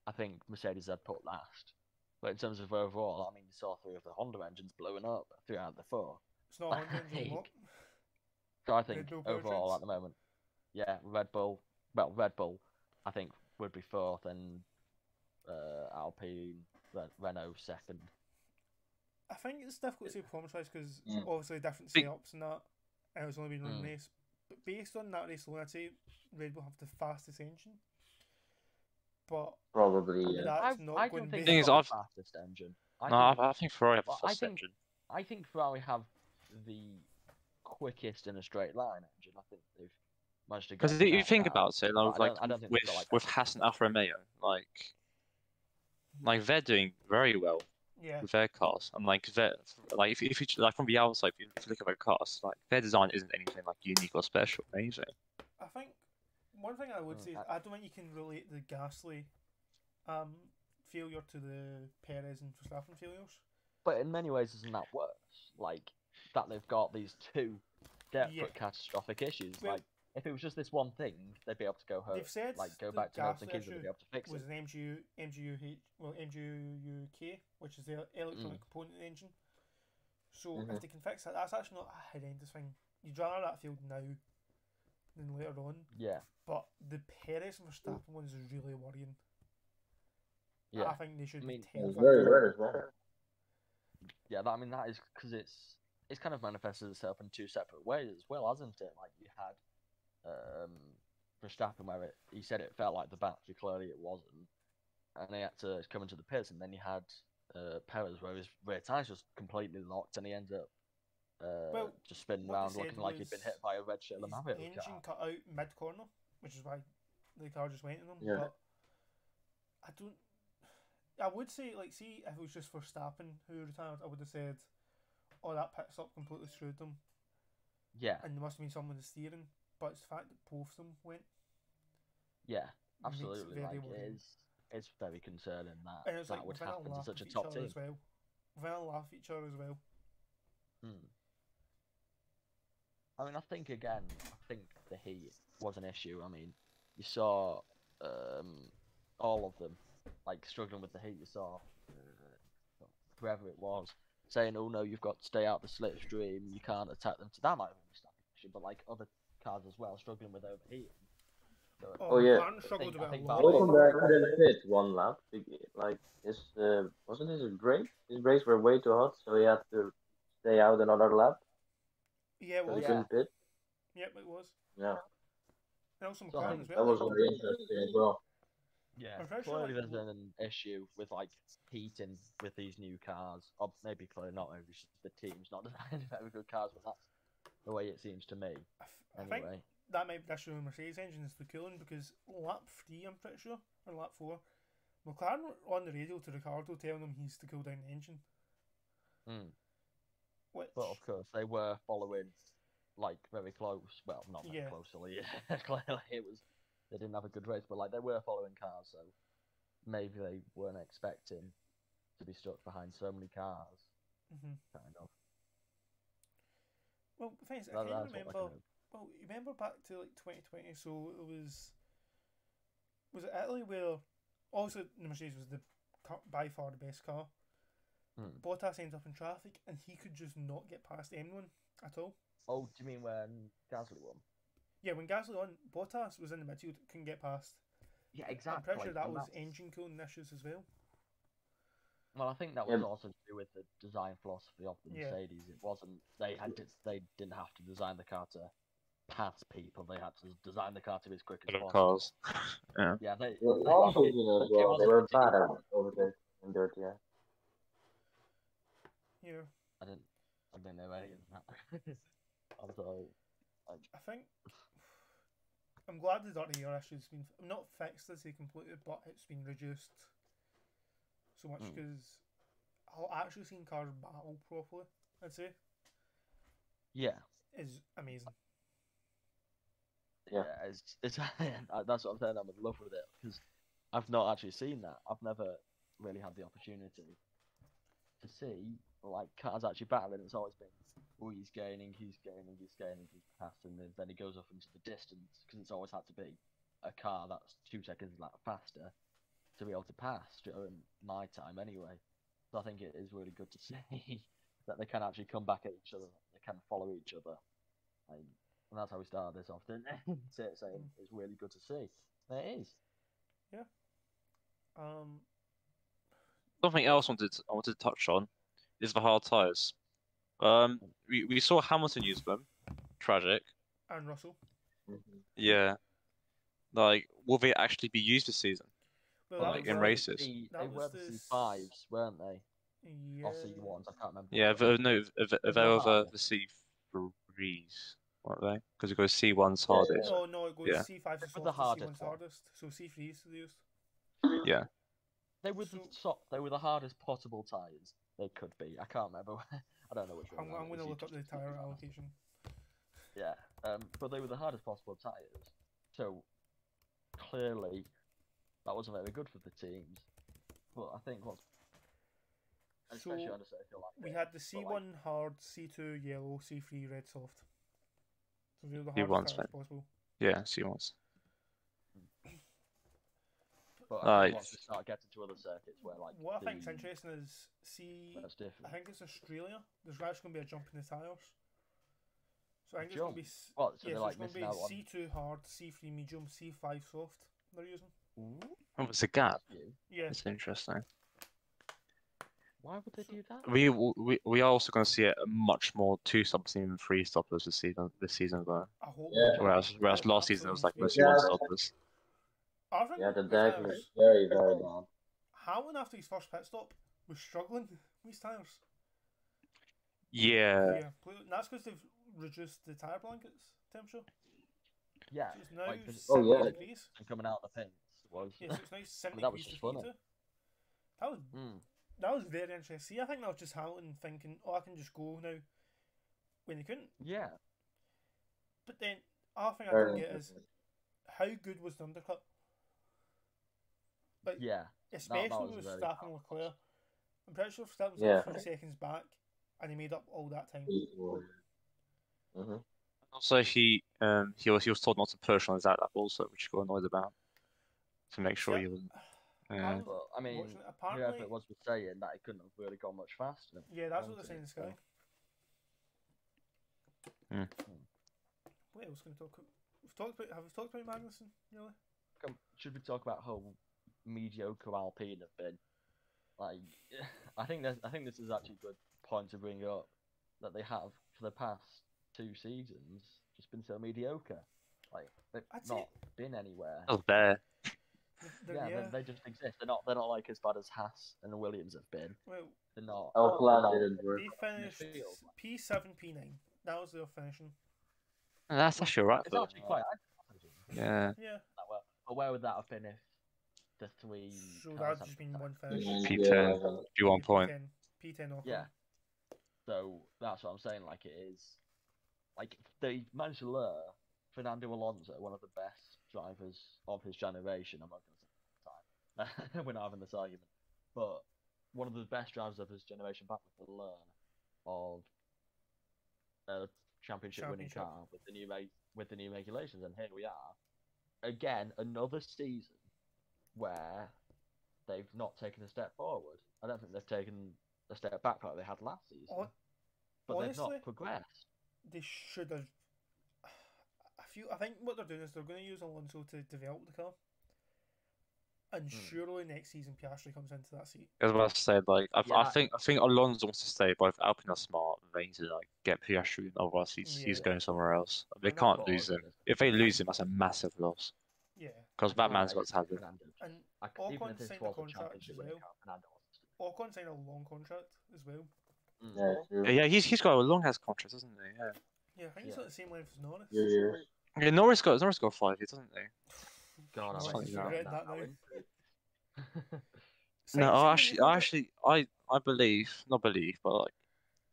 I think Mercedes I'd put last. But in terms of overall, I mean, you saw three of the Honda engines blowing up, three out of the four. It's not a Honda engine Like, what? So I think Bull overall Virgins? at the moment, yeah, Red Bull. Well, Red Bull, I think would be fourth, and uh, Alpine, Ren- Renault second. I think it's difficult to say Pomeroy's because Yeah. obviously different Be- setups and that, and it's only been one Mm. race. But based on that race alone, I'd say Red Bull have the fastest engine. But probably. Yeah. Yeah. That's I, not I going don't think big. it's Thing got is, the fastest engine. I, no, think, I, I think Ferrari have Well, a I fast think- engine. I think Ferrari have the quickest in a straight line engine. I think they've managed to. Because get you that think out. about it, like, But I like don't- I don't think with they've got, like, with that. Haas and Alfa Romeo, like like they're doing very well yeah, with their cars, and like they like if, if you like from the outside, if you if you look at their cars, like their design isn't anything like unique or special, amazing. I think one thing I would Mm, say is I- I don't think you can relate the Gasly um, failure to the Perez and Verstappen failures. But in many ways, isn't that worse? Like that they've got these two separate Yeah. catastrophic issues. Well- like if it was just this one thing, they'd be able to go home. They've said Like go the back to Gasly Nelson Kids and they'd be issue able to fix was it. an MGU MGUH well MGUK, which is the Mm. electronic component engine. So Mhm. Mm-hmm. if they can fix that, that's actually not a horrendous thing. You'd rather that field now than later on. Yeah. But the Perez and Verstappen one's really worrying. Yeah. I think they should I mean, be It was terrified. very rare as well. Yeah, that, I mean that is because it's it's kind of manifested itself in two separate ways as well, hasn't it? Like you had um, Verstappen where it, he said it felt like the battery, clearly it wasn't, and he had to come into the pits, and then you had uh, Perez where his rear tires just completely locked, and he ended up uh, Well, just spinning what they around looking said like he'd been was hit by a red shell of His Mario engine car. cut out mid corner, which is why the car just went in them. Yeah. But I don't. I would say, like, see, if it was just Verstappen who retired, I would have said, "Oh, that pit stop completely screwed them," Yeah, and there must have been someone steering. But it's the fact that both of them went yeah, makes it absolutely. very Like worrying. it is, it's very concerning that And it's that like would within a happen to laugh such of a each top other team. as well. Within a laugh of each other as well. Mm. I mean, I think again, I think the heat was an issue. I mean, you saw um, all of them like struggling with the heat. You saw uh, whoever it was saying, "Oh no, you've got to stay out the slipstream. You can't attack them." So that might have been a mistake, actually, but like other cars as well struggling with overheating. So, uh, Oh, yeah. McLaren struggled think- with I it a think lot. Valtteri- Rosenberg couldn't fit one lap. Like his, uh, wasn't it his brakes? His brakes were way too hot, so he had to stay out another lap. Yeah, it So he was. Yeah. couldn't fit. Yep, it was. Yeah, And also So I McLaren think as that well. was very interesting as well. Yeah, I'm pretty sure, clearly like, there's an issue with like heating with these new cars. Or maybe clearly not. Maybe it's just the team's not [laughs] designing very good cars, but that's the way it seems to me. I, f- I think Anyway, that might be the issue with Mercedes engines the cooling because lap three, I'm pretty sure, or lap four, McLaren were on the radio to Ricardo telling him he's to cool down the engine. Mm. Which, but of course they were following like very close. Well, not very Yeah. closely. [laughs] clearly, it was they didn't have a good race, but like they were following cars, so maybe they weren't expecting to be stuck behind so many cars. Mhm. Kind of. well, the thing is, I That- that's can't what I can remember. hope. Well, you remember back to like 2020, so it was. Was it Italy where. Also, the Mercedes was the ca- by far the best car. Hmm. Bottas ends up in traffic and he could just not get past anyone at all. Oh, do you mean when Gasly won? Yeah, when Gasly on, Bottas was in the midfield, couldn't get past. Yeah, I'm pretty sure that and was that's- engine cooling issues as well. Well, I think that Yeah, was but- also to do with the design philosophy of the Yeah. Mercedes. It wasn't they had to, they didn't have to design the car to pass people. They had to design the car to be as quick as possible. cars. Yeah, they. Well, they last did. season [laughs] it as well, they wasn't were particularly- bad at overtaking and dirt, yeah. Yeah. I didn't. I didn't know any of that. [laughs] Although, I think I'm glad the dirty air issue has been not fixed as they completely, but it's been reduced so much Mm. because I've actually seen cars battle properly. I'd say yeah, is amazing. yeah, Yeah. it's, it's [laughs] that's what I'm saying. I'm in love with it because I've not actually seen that. I've never really had the opportunity to see like cars actually battling. It's always been, oh, he's gaining, he's gaining, he's gaining, he's passing, and then he goes off into the distance because it's always had to be a car that's two seconds like faster to be able to pass during my time anyway. So I think it is really good to [laughs] see that they can actually come back at each other, they can follow each other. And, and that's how we started this off, didn't it? [laughs] so it's, saying it's really good to see. And It is. Um, Something else I wanted I wanted to touch on is the hard tires. Um, we, we saw Hamilton use them. Tragic. and Russell. Mhm. Yeah. Like, will they actually be used this season? Well, Well, that like, was in the- race- races. The, That they was were the the s- C5s, weren't they? Yeah. Or C1s, I can't remember. Yeah, the, no, the, They're they not over hard. the C3s, aren't they? Because it goes C1's Yeah. hardest. No, no, it goes Yeah. C5 to It was the softest, C1's hardest one. hardest. So C3 is the used. They were the So- top, they were the hardest possible tyres they could be. I can't remember. [laughs] I don't know which one. I'm, that I'm was, going to you look up just- the you tyre [laughs] just- allocation. Yeah, um, but they were the hardest possible tyres. So clearly, that wasn't very good for the teams. But I think what's especially So on a circuit like we this, had the but C1 like- hard, C2 yellow, C3 red soft. So they're the C1's hardest fine. tyres possible. Yeah, C1's. But I think Right. once we start getting to other circuits where like What I think's the- interesting is see, that's I different. think it's Australia. There's actually going to be a jump in the tyres. So I think it's going to be Well, so yes, they're like it's going to missing be out on C2 hard, C3 medium, C5 soft. They're using. Oh, it's a gap. You. Yeah, That's interesting. Why would they do that? We we, we are also going to see a much more two stoppers and even three stoppers this season. This season though, I hope. Yeah. whereas whereas last season it was like mostly Yeah. one stoppers. I think Yeah, the with, deck um, was very, very [laughs] bad. Hamlin after his first pit stop was struggling [laughs] with his tyres. Yeah, yeah, completely. And that's because they've reduced the tyre blankets temperature. Yeah, So it's now like, 70 the- Oh, yeah. degrees. and coming out of the pits was. Yeah, [laughs] so it's now 70 that was degrees just to funny. Peter. That was Mm. that was very interesting. See, I think that was just Hamilton thinking, "Oh, I can just go now," when he couldn't. Yeah, But then, other thing I Very don't get is interesting. how good was the undercut, Like, yeah. especially was with very Verstappen and Leclerc. I'm pretty sure Verstappen was Yeah. like three seconds back, and he made up all that time. Mhm. Also, he um he was he was told not to push on his outlap also, which he got annoyed about to make sure Yeah. he uh, wouldn't. I Yeah. was But I mean, watching it. whoever apparently, it was was saying that it couldn't have really gone much faster. yeah, that's wasn't what they're saying in it? Sky. Hmm. What else can we talk? About? We've talked about. Have we talked about Magnussen? Really? Come- Should we talk about how mediocre Alpine have been? Like, [laughs] I think that I think this is actually a good point to bring up that they have for the past two seasons just been so mediocre. Like they've I'd say- not been anywhere. That was there. They're- yeah, They, they just exist. They're not. They're not like as bad as Haas and Williams have been. Well, They're not. Our plan they're Oh, didn't work. They finished field. P seven, P nine. That was their finishing. And that's actually alright. It's though. actually quite. Yeah, Yeah, that well. But where would that have been if the three? so cars that's had just been been tied? one finish. Mhm. Peter. Yeah, well, do one point. P ten off. Yeah. So that's what I'm saying. Like it is, like they managed to lure Fernando Alonso, one of the best drivers of his generation. I'm not going to say time. [laughs] We're not having this argument, but one of the best drivers of his generation back with the learn of a championship, winning Championship. car with the new reg- with the new regulations, and here we are again another season where they've not taken a step forward. I don't think they've taken a step back like they had last season, Hon- but honestly- they've not progressed. They should have. I feel. I think what they're doing is they're going to use Alonso to develop the car. And Hmm. surely next season Piastri comes into that seat. as well said. Like I, Yeah, I that- think I think Alonso wants to stay. Both Alpine are smart. and They need to like get Piastri. Otherwise, he's he's Yeah. going somewhere else. They And that's can't what lose I him. If they lose him, that's a massive loss Yeah, because that man's got to have it. it. and I, c- even Ocon if this signed a was a contract championship as winning well. car, Fernando wants to Ocon signed a long contract as well. Mm. Yeah, true. Yeah, he's he's got a long ass contract, doesn't he? Yeah. Yeah, I think he's Yeah. on the same length as Norris. Few years. Yeah, Norris got Norris got five years, doesn't he? God, Something I wish that like that. now, That wouldn't it? Sign- No, sign I a actually, new I contract. actually, I I believe not believe, but like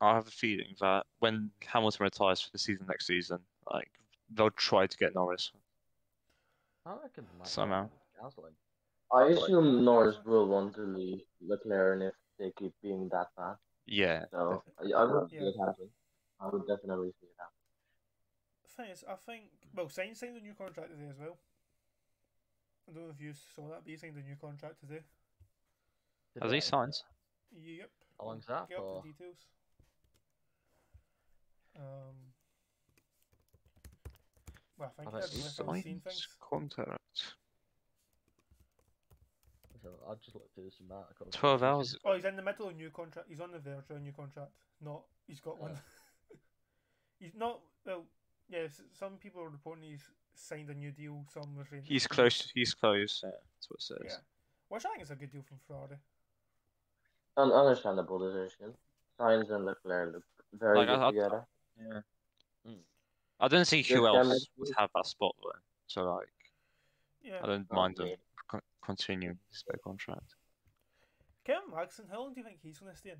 I have a feeling that when Hamilton retires for the season next season, like they'll try to get Norris. [laughs] I reckon they might Somehow. have Gasly. I assume Norris will want to leave McLaren if they keep being that bad. Yeah, So I, I would see Yeah. it happen. I would definitely see it happen. thing is, I think well, Sainz signed a new contract today as well. I don't know if you saw that, but he signed a new contract today. Did as they? he signs. Yep. How long's that Get up for? the details. Um. Well, I I think bet everyone's Signs seen things. contract. So I just looked through some articles. 12 hours. Oh, he's in the middle of a new contract. He's on the verge of a new contract. Not, he's got one. [laughs] he's not. Well, yeah. s- Some people are reporting he's signed a new deal. Some were saying He's close. He's close. Yeah, that's what it Yeah. says. Which I think is a good deal from Ferrari. An understandable decision. Sainz and Leclerc look very Like, I- good I- together. Yeah. Mm. I don't see who Just, um, else would have that spot though. So like, Yeah. I don't Oh, mind them yeah. con- continuing his spare contract. Kevin Magson, how long do you think he's going to stay in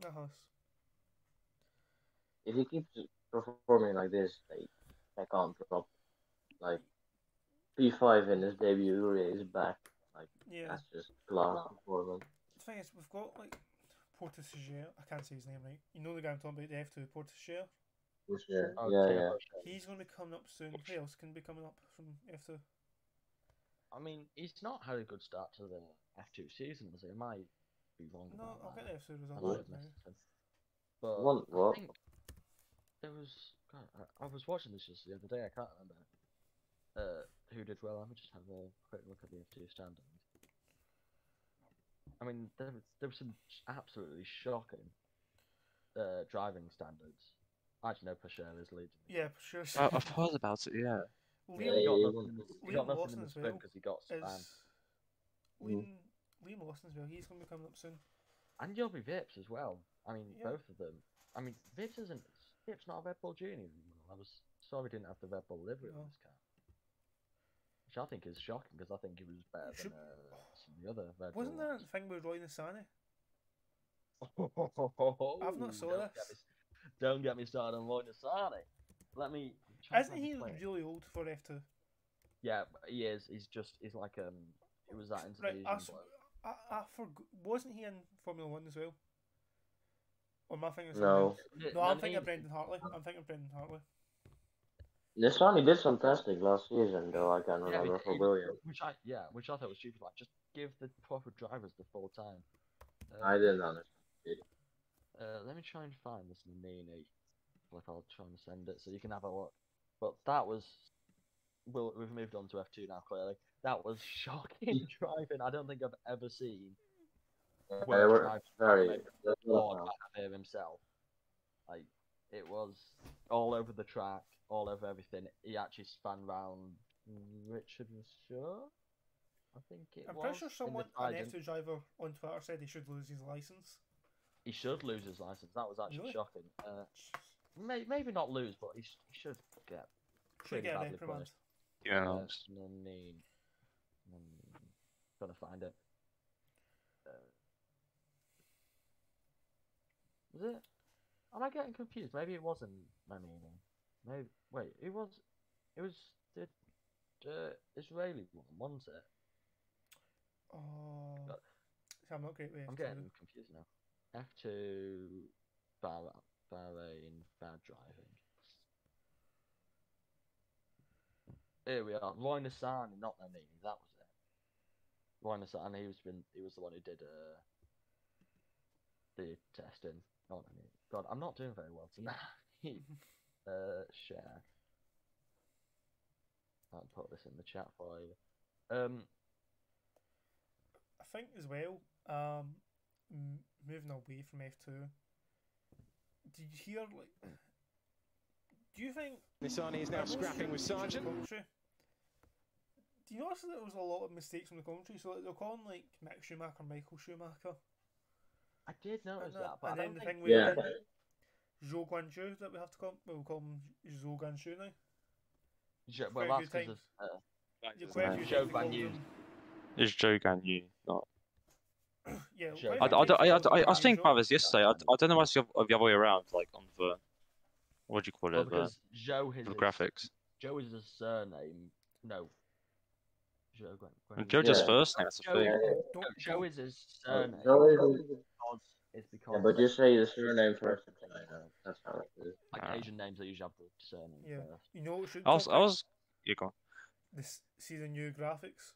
that house? If he keeps performing like this, they they can't drop. Like P five in his debut race back. Yeah. That's just class performance. The thing is, we've got like Portishear. I can't say his name right. You know the guy I'm talking about, the F2 Portishear. For sure. Oh, Yeah, Teo yeah. Hernandez. He's going to be coming up soon. Who else can be coming up from F2? I mean, he's not had a good start to the F2 season, so he might be wrong. No, about I'll that. get the F2 I results might right have now. missed him. But One- what? I think there was. God, I, I was watching this just the other day. I can't remember. uh, who did well. Let me just have a quick look at the F2 standings. I mean, there was, there was some sh- absolutely shocking uh, driving standards. Actually, no, Pashel is leading. the- Yeah, for sure. I, I've heard about it, yeah. Yeah, Yeah, he [laughs] Liam got nothing he won. in the, he Liam got nothing Lawson in the as sprint well because he got is spam. Mm. Liam Liam Lawson as well. He's going to be coming up soon. And Yobi Vips as well. I mean, Yeah. both of them. I mean, Vips isn't. Vips not a Red Bull Junior. anymore. I was sorry we didn't have the Red Bull livery No. on this car. Which I think is shocking because I think it was better should- than uh, some of the other Red Wasn't Bull there a [laughs] ones. thing with Roy Nissani? I've not saw Oh, don't Get this. me, s- don't get me started on Lloyd Asani. Let me. try and Isn't find he the clip. really old for F2? Yeah, he is. He's just. He's like um. It was that into Right, the I, Asian s- bloke. I, I forg- Wasn't he in Formula 1 as well? Or am I thinking of something No. else? Th- No, I'm then thinking of he- Brendan Hartley. I'm thinking of Brendan Hartley. Nissani did fantastic last season, though I can't Yeah, remember he- for he- Williams. Which I yeah, which I thought was stupid. Like, just give the proper drivers the full time. Uh, I didn't understand. Uh, let me try and find this Nini. Like I'll try and send it so you can have a look. But that was. Well, we've moved on to F two now. Clearly, that was [laughs] shocking driving. I don't think I've ever seen. they Well, were drive very. like, Lord back there himself. Like it was all over the track, all over everything. He actually spun round Richard was sure. I think it I'm was. pretty sure in the someone, an side, and F2 driver on Twitter said he should lose his license. He should lose his license. That was actually Really? shocking. Uh, may, maybe not lose, but he, sh- he should get. Should pretty get an badly reprimand. punished. Yeah. Uh, it's- Nannine. Nannine. Gotta find it. Uh, was it? Am I getting confused? Maybe it wasn't Nannini. Maybe wait, it was. It was the, the Israeli one, wasn't it? Oh. But- See, I'm not great with I'm F2. getting confused now. F two, Bahra- Bahrain, bad driving. Here we are. Roy Nassani, not Nannini. That was it. Roy Nassani, he was been, he was the one who did uh, the testing. Not Nannini. God, I'm not doing very well tonight. [laughs] uh, share. I'll put this in the chat for you. Um, I think as well, um, m- moving away from F2, did you hear, like, do you think Nissani is now Almost scrapping with from the Sargent. commentary. Do you notice that there was a lot of mistakes from the commentary? So like, they're calling like Mick Schumacher, Michael Schumacher, I did notice and, uh, that, but and I then don't the think thing with Yeah. um, Zhou Guanxu that we have to call. Well, we'll call him Zhou Guanxu now. Yeah, quite well, a that's few because of uh, Yeah, It's quite a name. few Zhou times they called Guanyu. him- It's Joe Gagnon, not Yeah, Zhou quite a I, few I, times don't- I, they I, called I, him I was thinking Guanyu. about this yesterday. I, I don't know why it's the oth- the other way around, like on the what do you call well, it, the, because Joe is the his- graphics. Joe is his surname. No. Joe Grant. And Joe just Yeah. first name. That's the Joe- thing. Yeah, Don't, No, Joe is his yeah. surname. Joe because is- it's because yeah, but you like, say the surname first. in China. That's how it is. like Ah. Asian names they usually have the surname Yeah. first. you know what should I was, talk I about? was. You go. on. this see the new graphics.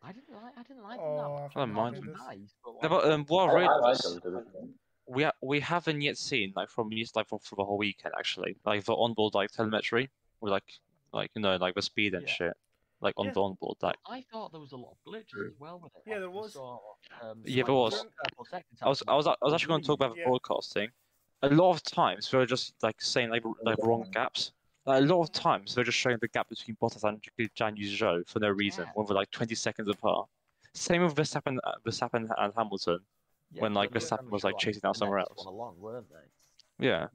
I didn't like. I didn't like them that. Oh, much. I don't mind They were them. Nice, but No, like, but um, what I, I read I like was- them to be fair. we ha- we haven't yet seen like from years like from for the whole weekend actually like the onboard like telemetry with like like you know like the speed and Yeah. shit like on Yeah. the onboard like I thought there was a lot of glitches as well with it. Yeah, like, there we was. saw, um, Yeah, there Michael was. Jordan purple seconds I was I happening. was I was actually going to talk about the Yeah. broadcasting. A lot of times they were just like saying like r- like wrong Mm. gaps. Like, a lot of times they're just showing the gap between Bottas and Jan Zhou for no reason Yeah. when they're like twenty seconds apart. Same with Verstappen, uh, Verstappen and Hamilton. Yeah, when, but like, they were Verstappen coming was, like, short chasing down the somewhere next else. One along, weren't they? Yeah,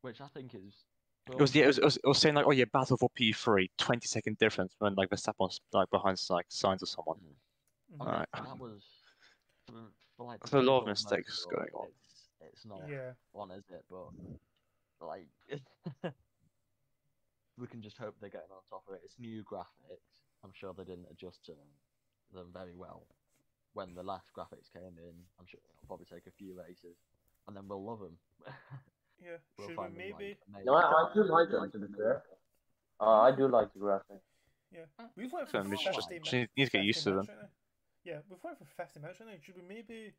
Which I think is. it was yeah it was, it was, it was saying like oh yeah battle for P 3 20 second difference when like Verstappen's like behind like signs of someone. Mhm. I mean, Alright. That was for, for like There's a lot of Liverpool mistakes Motor Oil, going on. It's, it's not Yeah, on, is it? But like, [laughs] we can just hope they're getting on top of it. It's new graphics. I'm sure they didn't adjust to them very well when the last graphics came in. I'm sure it'll probably take a few races, and then we'll love them. yeah. [laughs] we'll Should we find them, like, maybe? amazing. No, I, I do like them to be fair. Uh, I do like the graphics. We've went So for it'd be 50 interesting. minutes. So you need to get 50 used to minutes right now. Yeah, we've went for 50 minutes right now. Should we maybe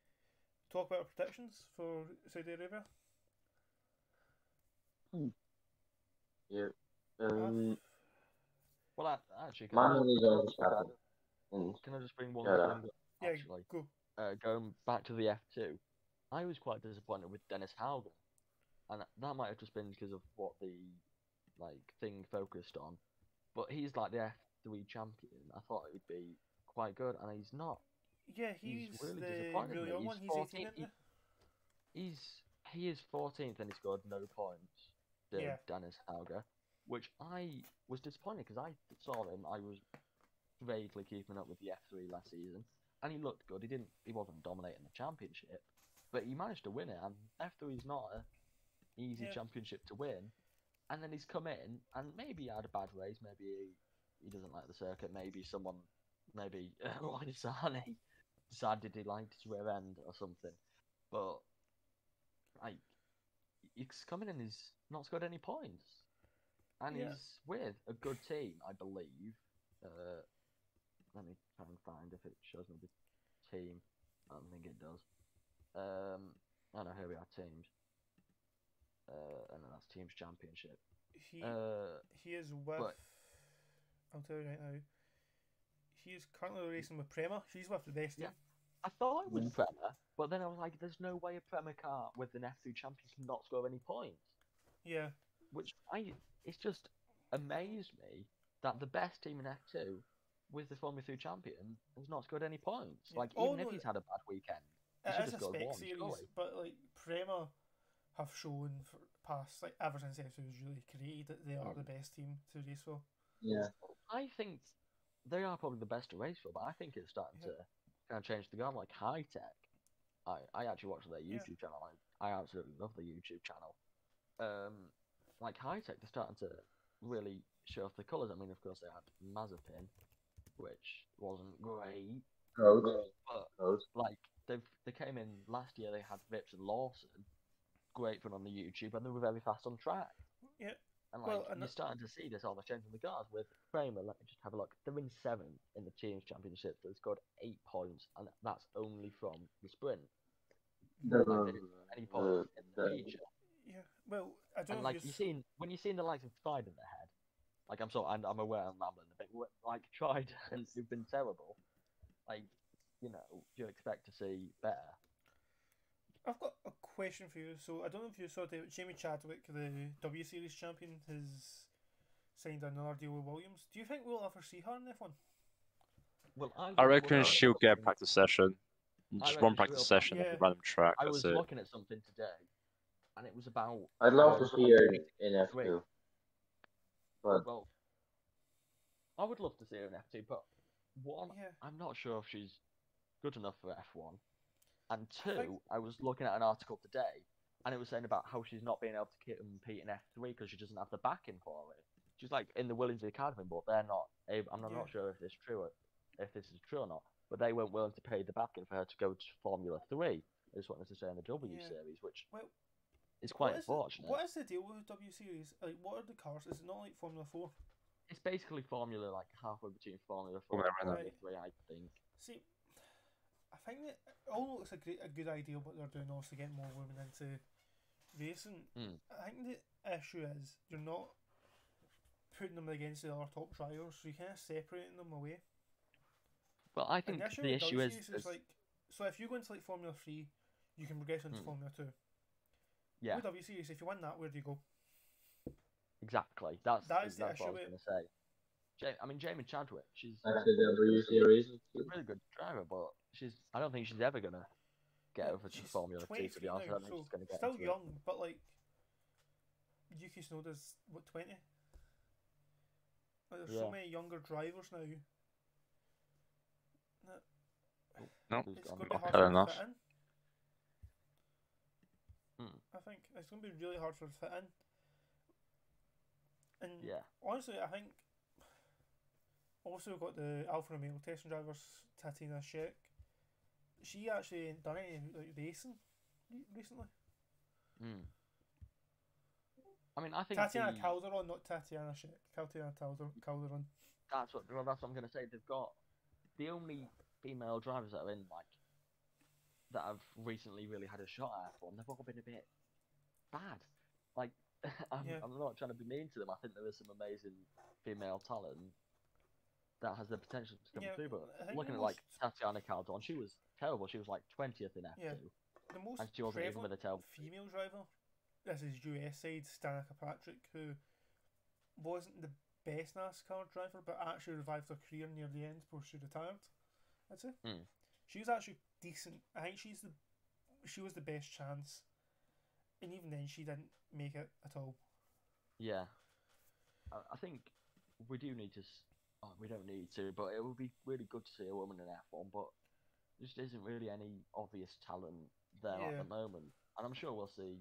talk about our predictions for Saudi Arabia? Um, Yeah. Um, Well, I, actually, can My I, money's on Verstappen. And can I just bring one Yeah. little thing up, Yeah, actually? go. uh, going back to the F2, I was quite disappointed with Dennis Haugen, and that might have just been because of what the like thing focused on. But he's like the F3 champion. I thought it would be quite good, and he's not. Yeah, he's, He's really the disappointed really me. young He's one. He's 14. 18, isn't he? He's he is 14th and he scored no points. The Yeah. Dennis Hauger, which I was disappointed because I saw him. I was vaguely keeping up with the F3 last season, and he looked good. He didn't. He wasn't dominating the championship, but he managed to win it. And F3 is not an easy Yeah. championship to win. And then he's come in, and maybe he had a bad race. Maybe he, he doesn't like the circuit. Maybe someone, maybe [laughs] Ryan Sane decided he liked his rear end or something. But like, he's coming in, he's not scored any points, and Yeah. he's with a good team, I believe. Uh, let me try and find if it shows me the team. I don't think it does. Um, oh no, here we are, teams. Uh, and then that's teams championship. He Uh, he is with. but- I'll tell you right now. He is currently racing with Prema. She's with the best Yeah. team. I thought it was Mm. Prema, but then I was like, there's no way a Prema car with an F3 champion can not score any points. Yeah, which I it's just amazed me that the best team in F two with the Formula Three champion has not scored any points. Yeah. Like Oh, even no, if he's had a bad weekend, he should it is have a scored spec one. series, surely. but like Prema have shown for past like ever since F2 was really created that they Um, are the best team to race for. yeah, I think they are probably the best to race for, but I think it's starting Yeah. to kind of change the game. Like high tech, I, I actually watch their Yeah. YouTube channel. I, I absolutely love their YouTube channel. Um, like high tech, they're starting to really show off the colours. I mean, of course, they had Mazepin, which wasn't great, Code. but Code. like they've they came in last year. They had Richard Lawson, great fun on the YouTube, and they were very fast on track. Yeah. and like Well, and you're that- starting to see this on the change in the guards with Kramer. Let me just have a look. They're in seventh in the teams championship. They've scored eight points, and that's only from the sprint. The, Like, Any points in the the- feature. Yeah, well, I don't And know. like if you're you've- seeing when you're seeing the likes of Trident ahead, like I'm sorry, I'm, I'm aware I'm rambling a bit. but, Like Trident, who've been terrible, like you know, you expect to see better. I've got a question for you. So I don't know if you saw David, Jamie Chadwick, the W Series champion, has signed another deal with Williams. Do you think we'll ever see her in F1? Well, I was reckon looking- she'll get a practice session. I Just reckon one she practice will. session at Yeah. a random track. I was That's it. looking at something today, and it was about uh, I'd love to see her in F2. Wait. But well. I would love to see her in F two, but one, Yeah. I'm not sure if she's good enough for F one, and I two, think- I was looking at an article today, and it was saying about how she's not being able to compete in F three because she doesn't have the backing for it. She's like in the Williams Academy, but they're not. ab- I'm not, Yeah. not sure if this is true, or, if this is true or not. But they weren't willing to pay the backing for her to go to Formula Three. I just wanted to say in the W Yeah. series, which Well, is quite what is the- unfortunate. what is the deal with W Series? Like, what are the cars? Is it not like Formula Four? It's basically Formula like halfway between Formula Four Formula and Renault. Formula Three, I think. See, I think that it all looks a great, a good idea what they're doing, also getting more women into racing. Mm. I think the issue is you're not putting them against the other top drivers, so you kind of separating them away. Well, I Like, think the with issue Doug is, Series is- like so if you go into like Formula Three, you can progress into Mm. Formula Two. yeah, With W Series, if you win that, where do you go? exactly. That's that is the that's what I was issue going to say. Ja- I mean, Jamie Chadwick, she's back to the W Series. she's a really good driver, but she's I don't think she's ever gonna get Well, over to she's Formula Two. To 23 be honest, I now, don't think so she's gonna get still into it. young, but like Yuki Tsunoda's what twenty. Like, there's so Yeah. many younger drivers now. that No. She's It's gone going back. to be Okay, hard for her to enough. fit in. Hmm. I think it's going to be really hard for her to fit in. And Yeah, honestly, I think also got the Alfa Romeo testing drivers Tatiana Sheck. She actually ain't done any like racing re- recently. Mm. I mean, I think Tatiana the- Calderon, not Tatiana Sheck. Tatiana Calder- Calderon. that's what well, that's what I'm gonna say. They've got the only female drivers that are in like that have recently really had a shot at F1. They've all been a bit bad. Like [laughs] I'm, Yeah. I'm not trying to be mean to them. I think there are some amazing female talent that has the potential to come Yeah, through. I But think looking the at like Tatiana Caldon, she was terrible. She was like twentieth in F two, Yeah. The most and she wasn't even prevalent with a terrible. female driver. This is US side Stan Patrick, who wasn't the best NASCAR driver, but actually revived her career near the end before she retired. That's it. Hmm. She was actually decent. I think she's the she was the best chance, and even then she didn't make it at all. Yeah, I, I think we do need to. s- Oh, we don't need to, but it would be really good to see a woman in F one. But there just isn't really any obvious talent there at Yeah. the moment, and I'm sure we'll see.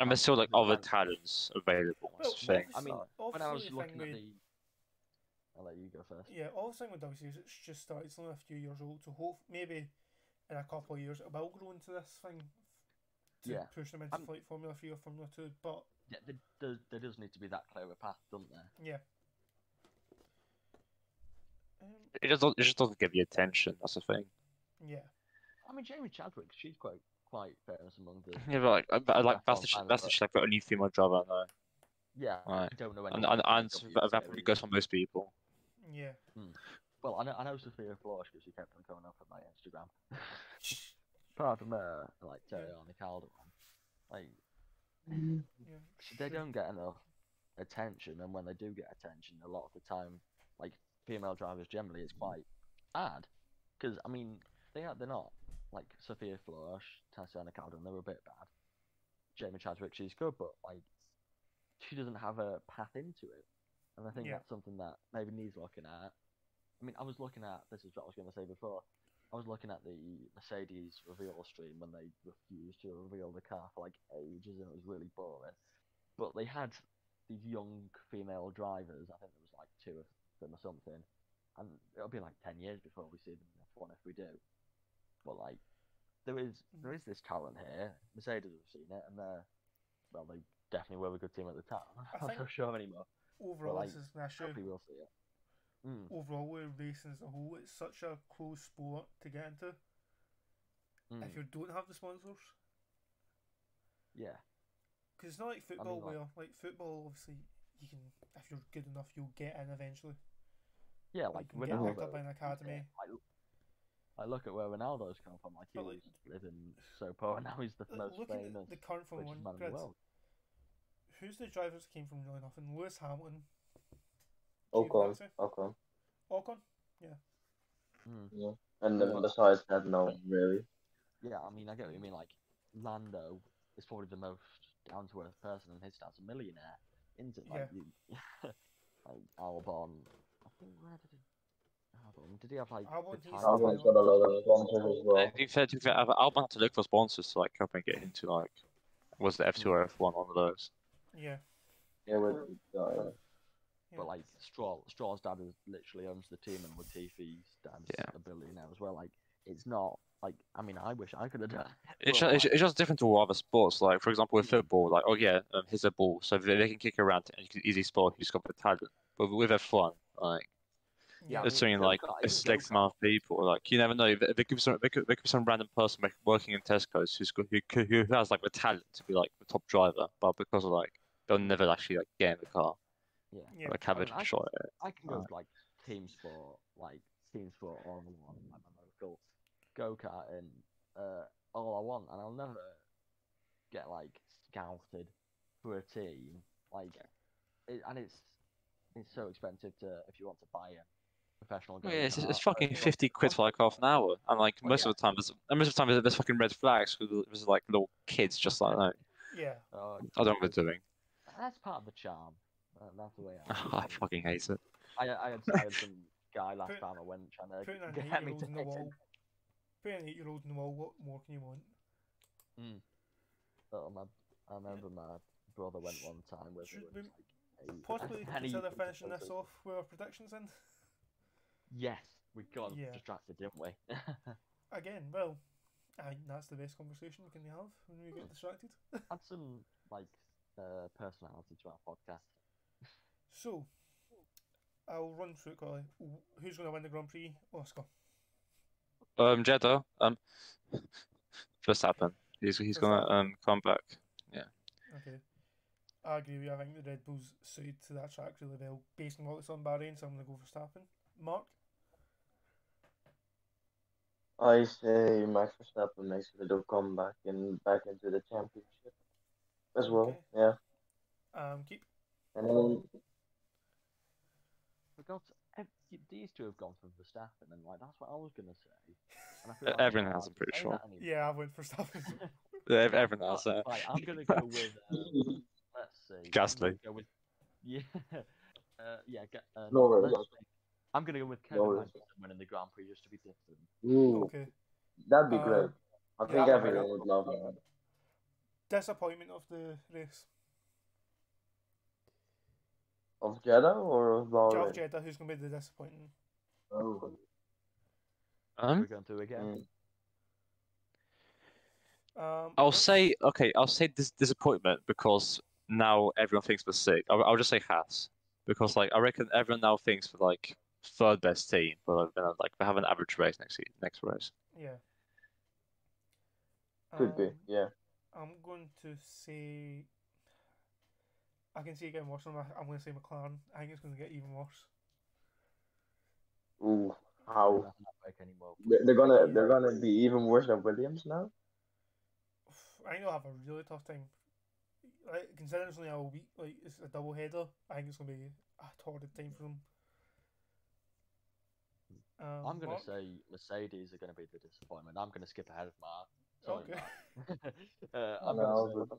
And there's still like other Right. talents available. Well, That's the thing. Oh, I mean, Obviously, when I was the looking thing at with- the, I'll let you go first. Yeah, all the thing with WC is it's just started. It's only a few years old, so hope maybe in a couple of years it will grow into this thing to Yeah. push them into I'm- like Formula Three or Formula Two. But Yeah, there, there, there does need to be that clearer path, doesn't there? yeah, um, It just, don't- it just doesn't give you attention. That's the thing. yeah, I mean, Jamie Chadwick, she's quite quite famous among the. Yeah, but like, I- but, like That's what that's the I'm sh- saying, that's the but- sh- like the only female driver I know, Yeah, Right. I don't know and anyone. and, in and the E. that, that WTA. probably goes for most people. [laughs] yeah. Well, I know, I know Sophia Flores because she kept on coming up on my Instagram. Apart from her, like Yeah. Terry on the Calderon, like yeah. they Sure. don't get enough attention, and when they do get attention, a lot of the time, like female drivers generally, it's quite bad. Because I mean, they are they're not like Sophia Flores, Tatiana Calderon, they're a bit bad. Jamie Chadwick, she's good, but like she doesn't have a path into it, and I think Yeah. that's something that maybe needs looking at. I mean, I was looking at this is what I was going to say before. I was looking at the Mercedes reveal stream when they refused to reveal the car for like ages, and it was really boring. But they had these young female drivers. I think there was like two of them or something, and it'll be like ten years before we see them in F1 if we do. But like, there is Mm. there is this talent here. Mercedes have seen it, and they're well, they definitely were a good team at the time. [laughs] I'm think- not sure anymore. Overall, like, this is an issue. Hopefully, we'll see it. Mm, Overall, with racing as a whole, it's such a close sport to get into. mm, If you don't have the sponsors, yeah. because it's not like football like- where like football, obviously you can if you're good enough, you'll get in eventually. Yeah, like you can get picked up Ronaldo, by an academy. I, I look at where Ronaldo's come from. Like he But, was like, living so poor, and now he's the Like, most looking famous at the current richest Formula man One in the grid, world. who's the drivers that came from really nothing? Lewis Hamilton, Ocon, Giovinazzi? Ocon. Ocon. Mm. Yeah. And then besides that, no one really. Yeah, I mean, I get what you mean. Like Lando is probably the most down to earth person, and his dad's a millionaire, isn't it? Like, you, [laughs] like Albon. I think where did he? Albon? Did he have like? Albon, the he's- title? Albon's got a lot of um, sponsors as well. And you said you said Al- Albon had to look for sponsors to like help him get into like was the F two or F one one of those. Yeah. Yeah, with, uh, yeah. But like Straw, Straw's dad is literally owns the team, and Latifi's dad's Yeah. a billionaire as well. Like it's not like I mean I wish I could have done. [laughs] it, It's but, just, like, it's just different to all other sports. Like for example, with Mm. football, like oh yeah, um, here's a ball, so they, they can kick around and you can easily spot who's got the talent. But with F one, like yeah, I it's mean, something like go-kart, a even select go-kart. amount of people. Like you never know. There, there could be some there could, there could be some random person like, working in Tesco's who's got, who could- who has like the talent to be like the top driver, but because of like they'll never actually like get in the car, Yeah, yeah. like have I a mean, I shot. At it. I can go to, like team sport, like team sport on one, like my local go kart, and uh, all I want, and I'll never get like scouted for a team. Like, it, and it's it's so expensive to if you want to buy a professional. Yeah, it's, it's go-kart, fucking it's like- fifty quid for like half an hour, and like Well, most yeah. of the time, there's, and most of the time there's, there's fucking red flags with there's like little kids just like no, Yeah. [laughs] Oh, I don't know what they're doing. That's part of the charm. That- That's the way [laughs] I. Oh, I fucking hate it. I, I, had, I had [laughs] some guy last Put- time I went trying to Putting an get me eight-year-old to in the hit wall. him. Putting an eight-year-old in the wall. What more can you want? [laughs] Oh, my, I remember my brother went one time with. Should it we was like eight- Possibly [laughs] and he consider was finishing this also- off with our predictions in. Yes, we got Yeah. distracted, didn't we? [laughs] Again, well, I think that's the best conversation we can have when we get distracted. Add some like uh, personality to our podcast. So, I'll run through it quickly. Wh- Who's going to win the Grand Prix? Oscar. Um, Jeddah, um, Verstappen, he's he's gonna Verstappen. um come back. Okay. I agree with you. I think the Red Bull's suited to that track really well. Based on what it's on Bahrain, so I'm going to go for Stappen. Mark? I say Max Verstappen makes a little comeback and back into the championship as well. Okay. Yeah, Um, keep. and then We got ev- these two have gone from Verstappen, and like that's what I was gonna say. And I Uh, feel like I everyone can't has, I'm pretty say sure. that anymore. Yeah, I went for [laughs] Stappen. Yeah, ev- everyone else. But, Uh, right, I'm gonna go with. Um, let's see. I'm Gasly. gonna go with- yeah. [laughs] Uh, yeah. Ga- uh, Norris. let's see. I'm gonna go with Kevin Norris. Magnussen winning the Grand Prix just to be different. Ooh, okay. that'd be Uh, great. I yeah, think that would be everyone would love that. Disappointment of the race. Of Jeddah or of Jeff Bahrain? Jeddah, who's going to be the disappointing? Oh, We're um, going to again. mm. Um, I'll say okay. I'll say dis- disappointment because now everyone thinks we're sick. I'll, I'll just say Haas because like I reckon everyone now thinks for like third best team, but like, they're not- like they have an average race next se- next race. Yeah. could be. Um, Yeah. I'm going to say. I can see it getting worse. and I- I'm going to say McLaren. I think it's going to get even worse. Ooh, We're how not gonna break any more. They- they're gonna they're gonna be even worse than Williams now. I think they'll have a really tough time. Like considering it's only a week, like it's a double header. I think it's going to be a torrid time for them. Um, I'm gonna Mark? say Mercedes are gonna be the disappointment. I'm gonna skip ahead of Mark. Sorry, Okay. Mark. [laughs] uh, I I'm gonna know, say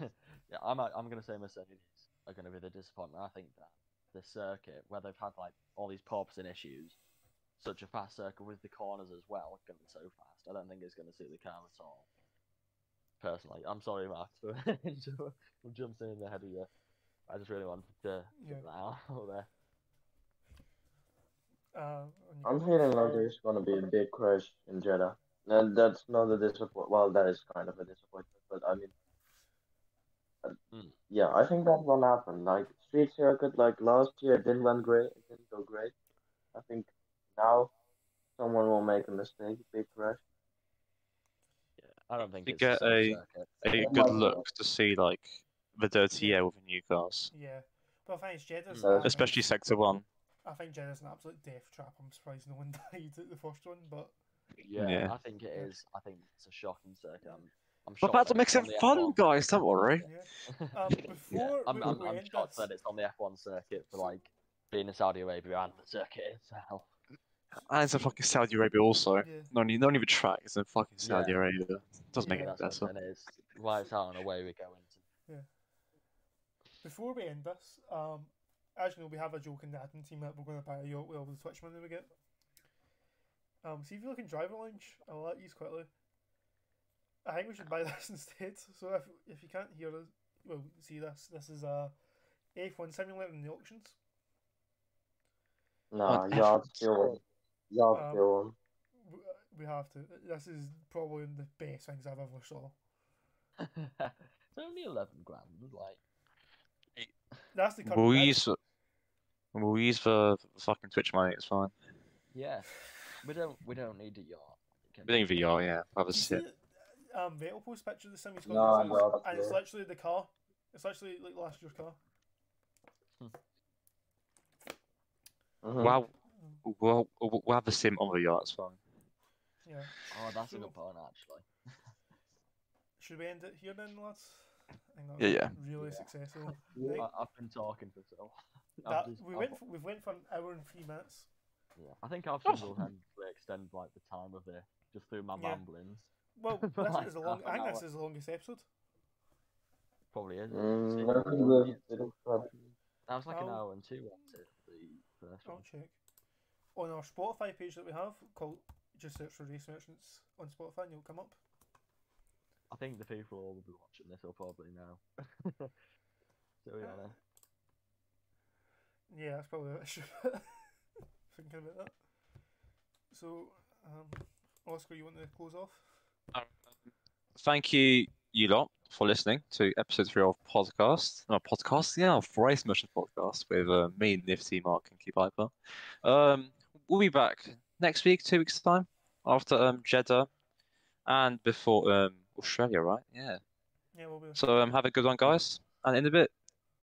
but- [laughs] yeah, I'm I'm gonna say Mercedes are gonna be the disappointment. I think that the circuit where they've had like all these pops and issues, such a fast circuit with the corners as well, it's gonna be so fast. I don't think it's gonna suit the car at all. Personally, I'm sorry, Max, [laughs] for for jumping in ahead of you. I just really wanted to get Yeah. that out there. [laughs] Uh, and you I'm go. feeling like there's gonna be a big crash in Jeddah, and that's not a disappointment. Well, that is kind of a disappointment, but I mean, uh, Mm. yeah, I think that will happen. Like street circuit, like last year, it didn't went great. It didn't go great. I think now someone will make a mistake, big crash. I don't think You it's the get same a- circuit. A Oh good my look to see like the dirty Yeah. air with the new cars, Yeah, but I think it's Jeddah's. Mm. an- especially sector one. I think Jeddah's an absolute death trap. I'm surprised no one [laughs] died at the first one, but Yeah, Yeah. I think it is. I think it's a shocking circuit. I'm, I'm We're shocked about that to make it's some on the fun, F1. guys. Don't worry. yeah. Yeah. [laughs] Um, Yeah, before I'm, we, I'm, we I'm end shocked this, that it's on the F1 circuit for like being in Saudi Arabia and the circuit itself. And it's a fucking Saudi Arabia also. yeah, No need, no need to track. It's in fucking Saudi Yeah. Arabia. Doesn't make Yeah. it any That's what better. it is. Right out and away we go into. before we end this, um, as you know, we have a joke in the admin team that we're going to buy a yacht with all the Twitch money we get. Um, see if you look in driver lounge. I'll let you quickly. I think we should buy [laughs] this instead. So if if you can't hear us, well, see this. This is a F1 simulator in the auctions. Nah, On y'all efforts. still won. Y'all Um, still won. W- We have to. This is probably one of the best things I've ever saw. [laughs] it's only 11 grand. Like, That's the current. We'll price. use, the- we'll use the fucking Twitch money. It's fine. yeah, we don't we don't need a yacht. Okay. We think VR, yeah. Have a You see sit. the- Um, Vettel post picture of the sim he's got No, in his no, house, that's and it's weird. literally the car. It's literally like last year's car. Mhm. Wow. We'll, we'll, we'll have the sim on the yacht. It's fine. Yeah. Oh, that's a So, good point actually. Should we end it here then, lads? I think that Yeah, was yeah. Really Yeah. [laughs] successful. I, Right? I've been talking for so. long. [laughs] I've That, just- we I've- went. For, we've went for an hour and three minutes. yeah. I think I've [laughs] single-handedly extended like the time of this just through my Yeah. ramblings. [laughs] Well, this Like is the long. half I an think this hour. is the longest episode. Probably is. Mm, See, that's I a don't good think it's- little club. That was like an Oh. hour and two wasn't it, the first I'll one. check. On our Spotify page that we have, called just search for Race Merchants on Spotify, and you'll come up. I think the people who will be watching this will probably know. [laughs] so yeah, Uh, Yeah, that's probably what I should [laughs] thinking about that. So, um, Oscar, you want to close off? Thank you, you lot, for listening to episode three of podcast. No, podcast, yeah, of Race Mission Podcast with uh, me, Nifty, Mark, and Keep Hyper. Um, we'll be back next week, two weeks' time, after um, Jeddah and before um, Australia, right? Yeah. Yeah, we'll be. So um, have a good one, guys. and in a bit.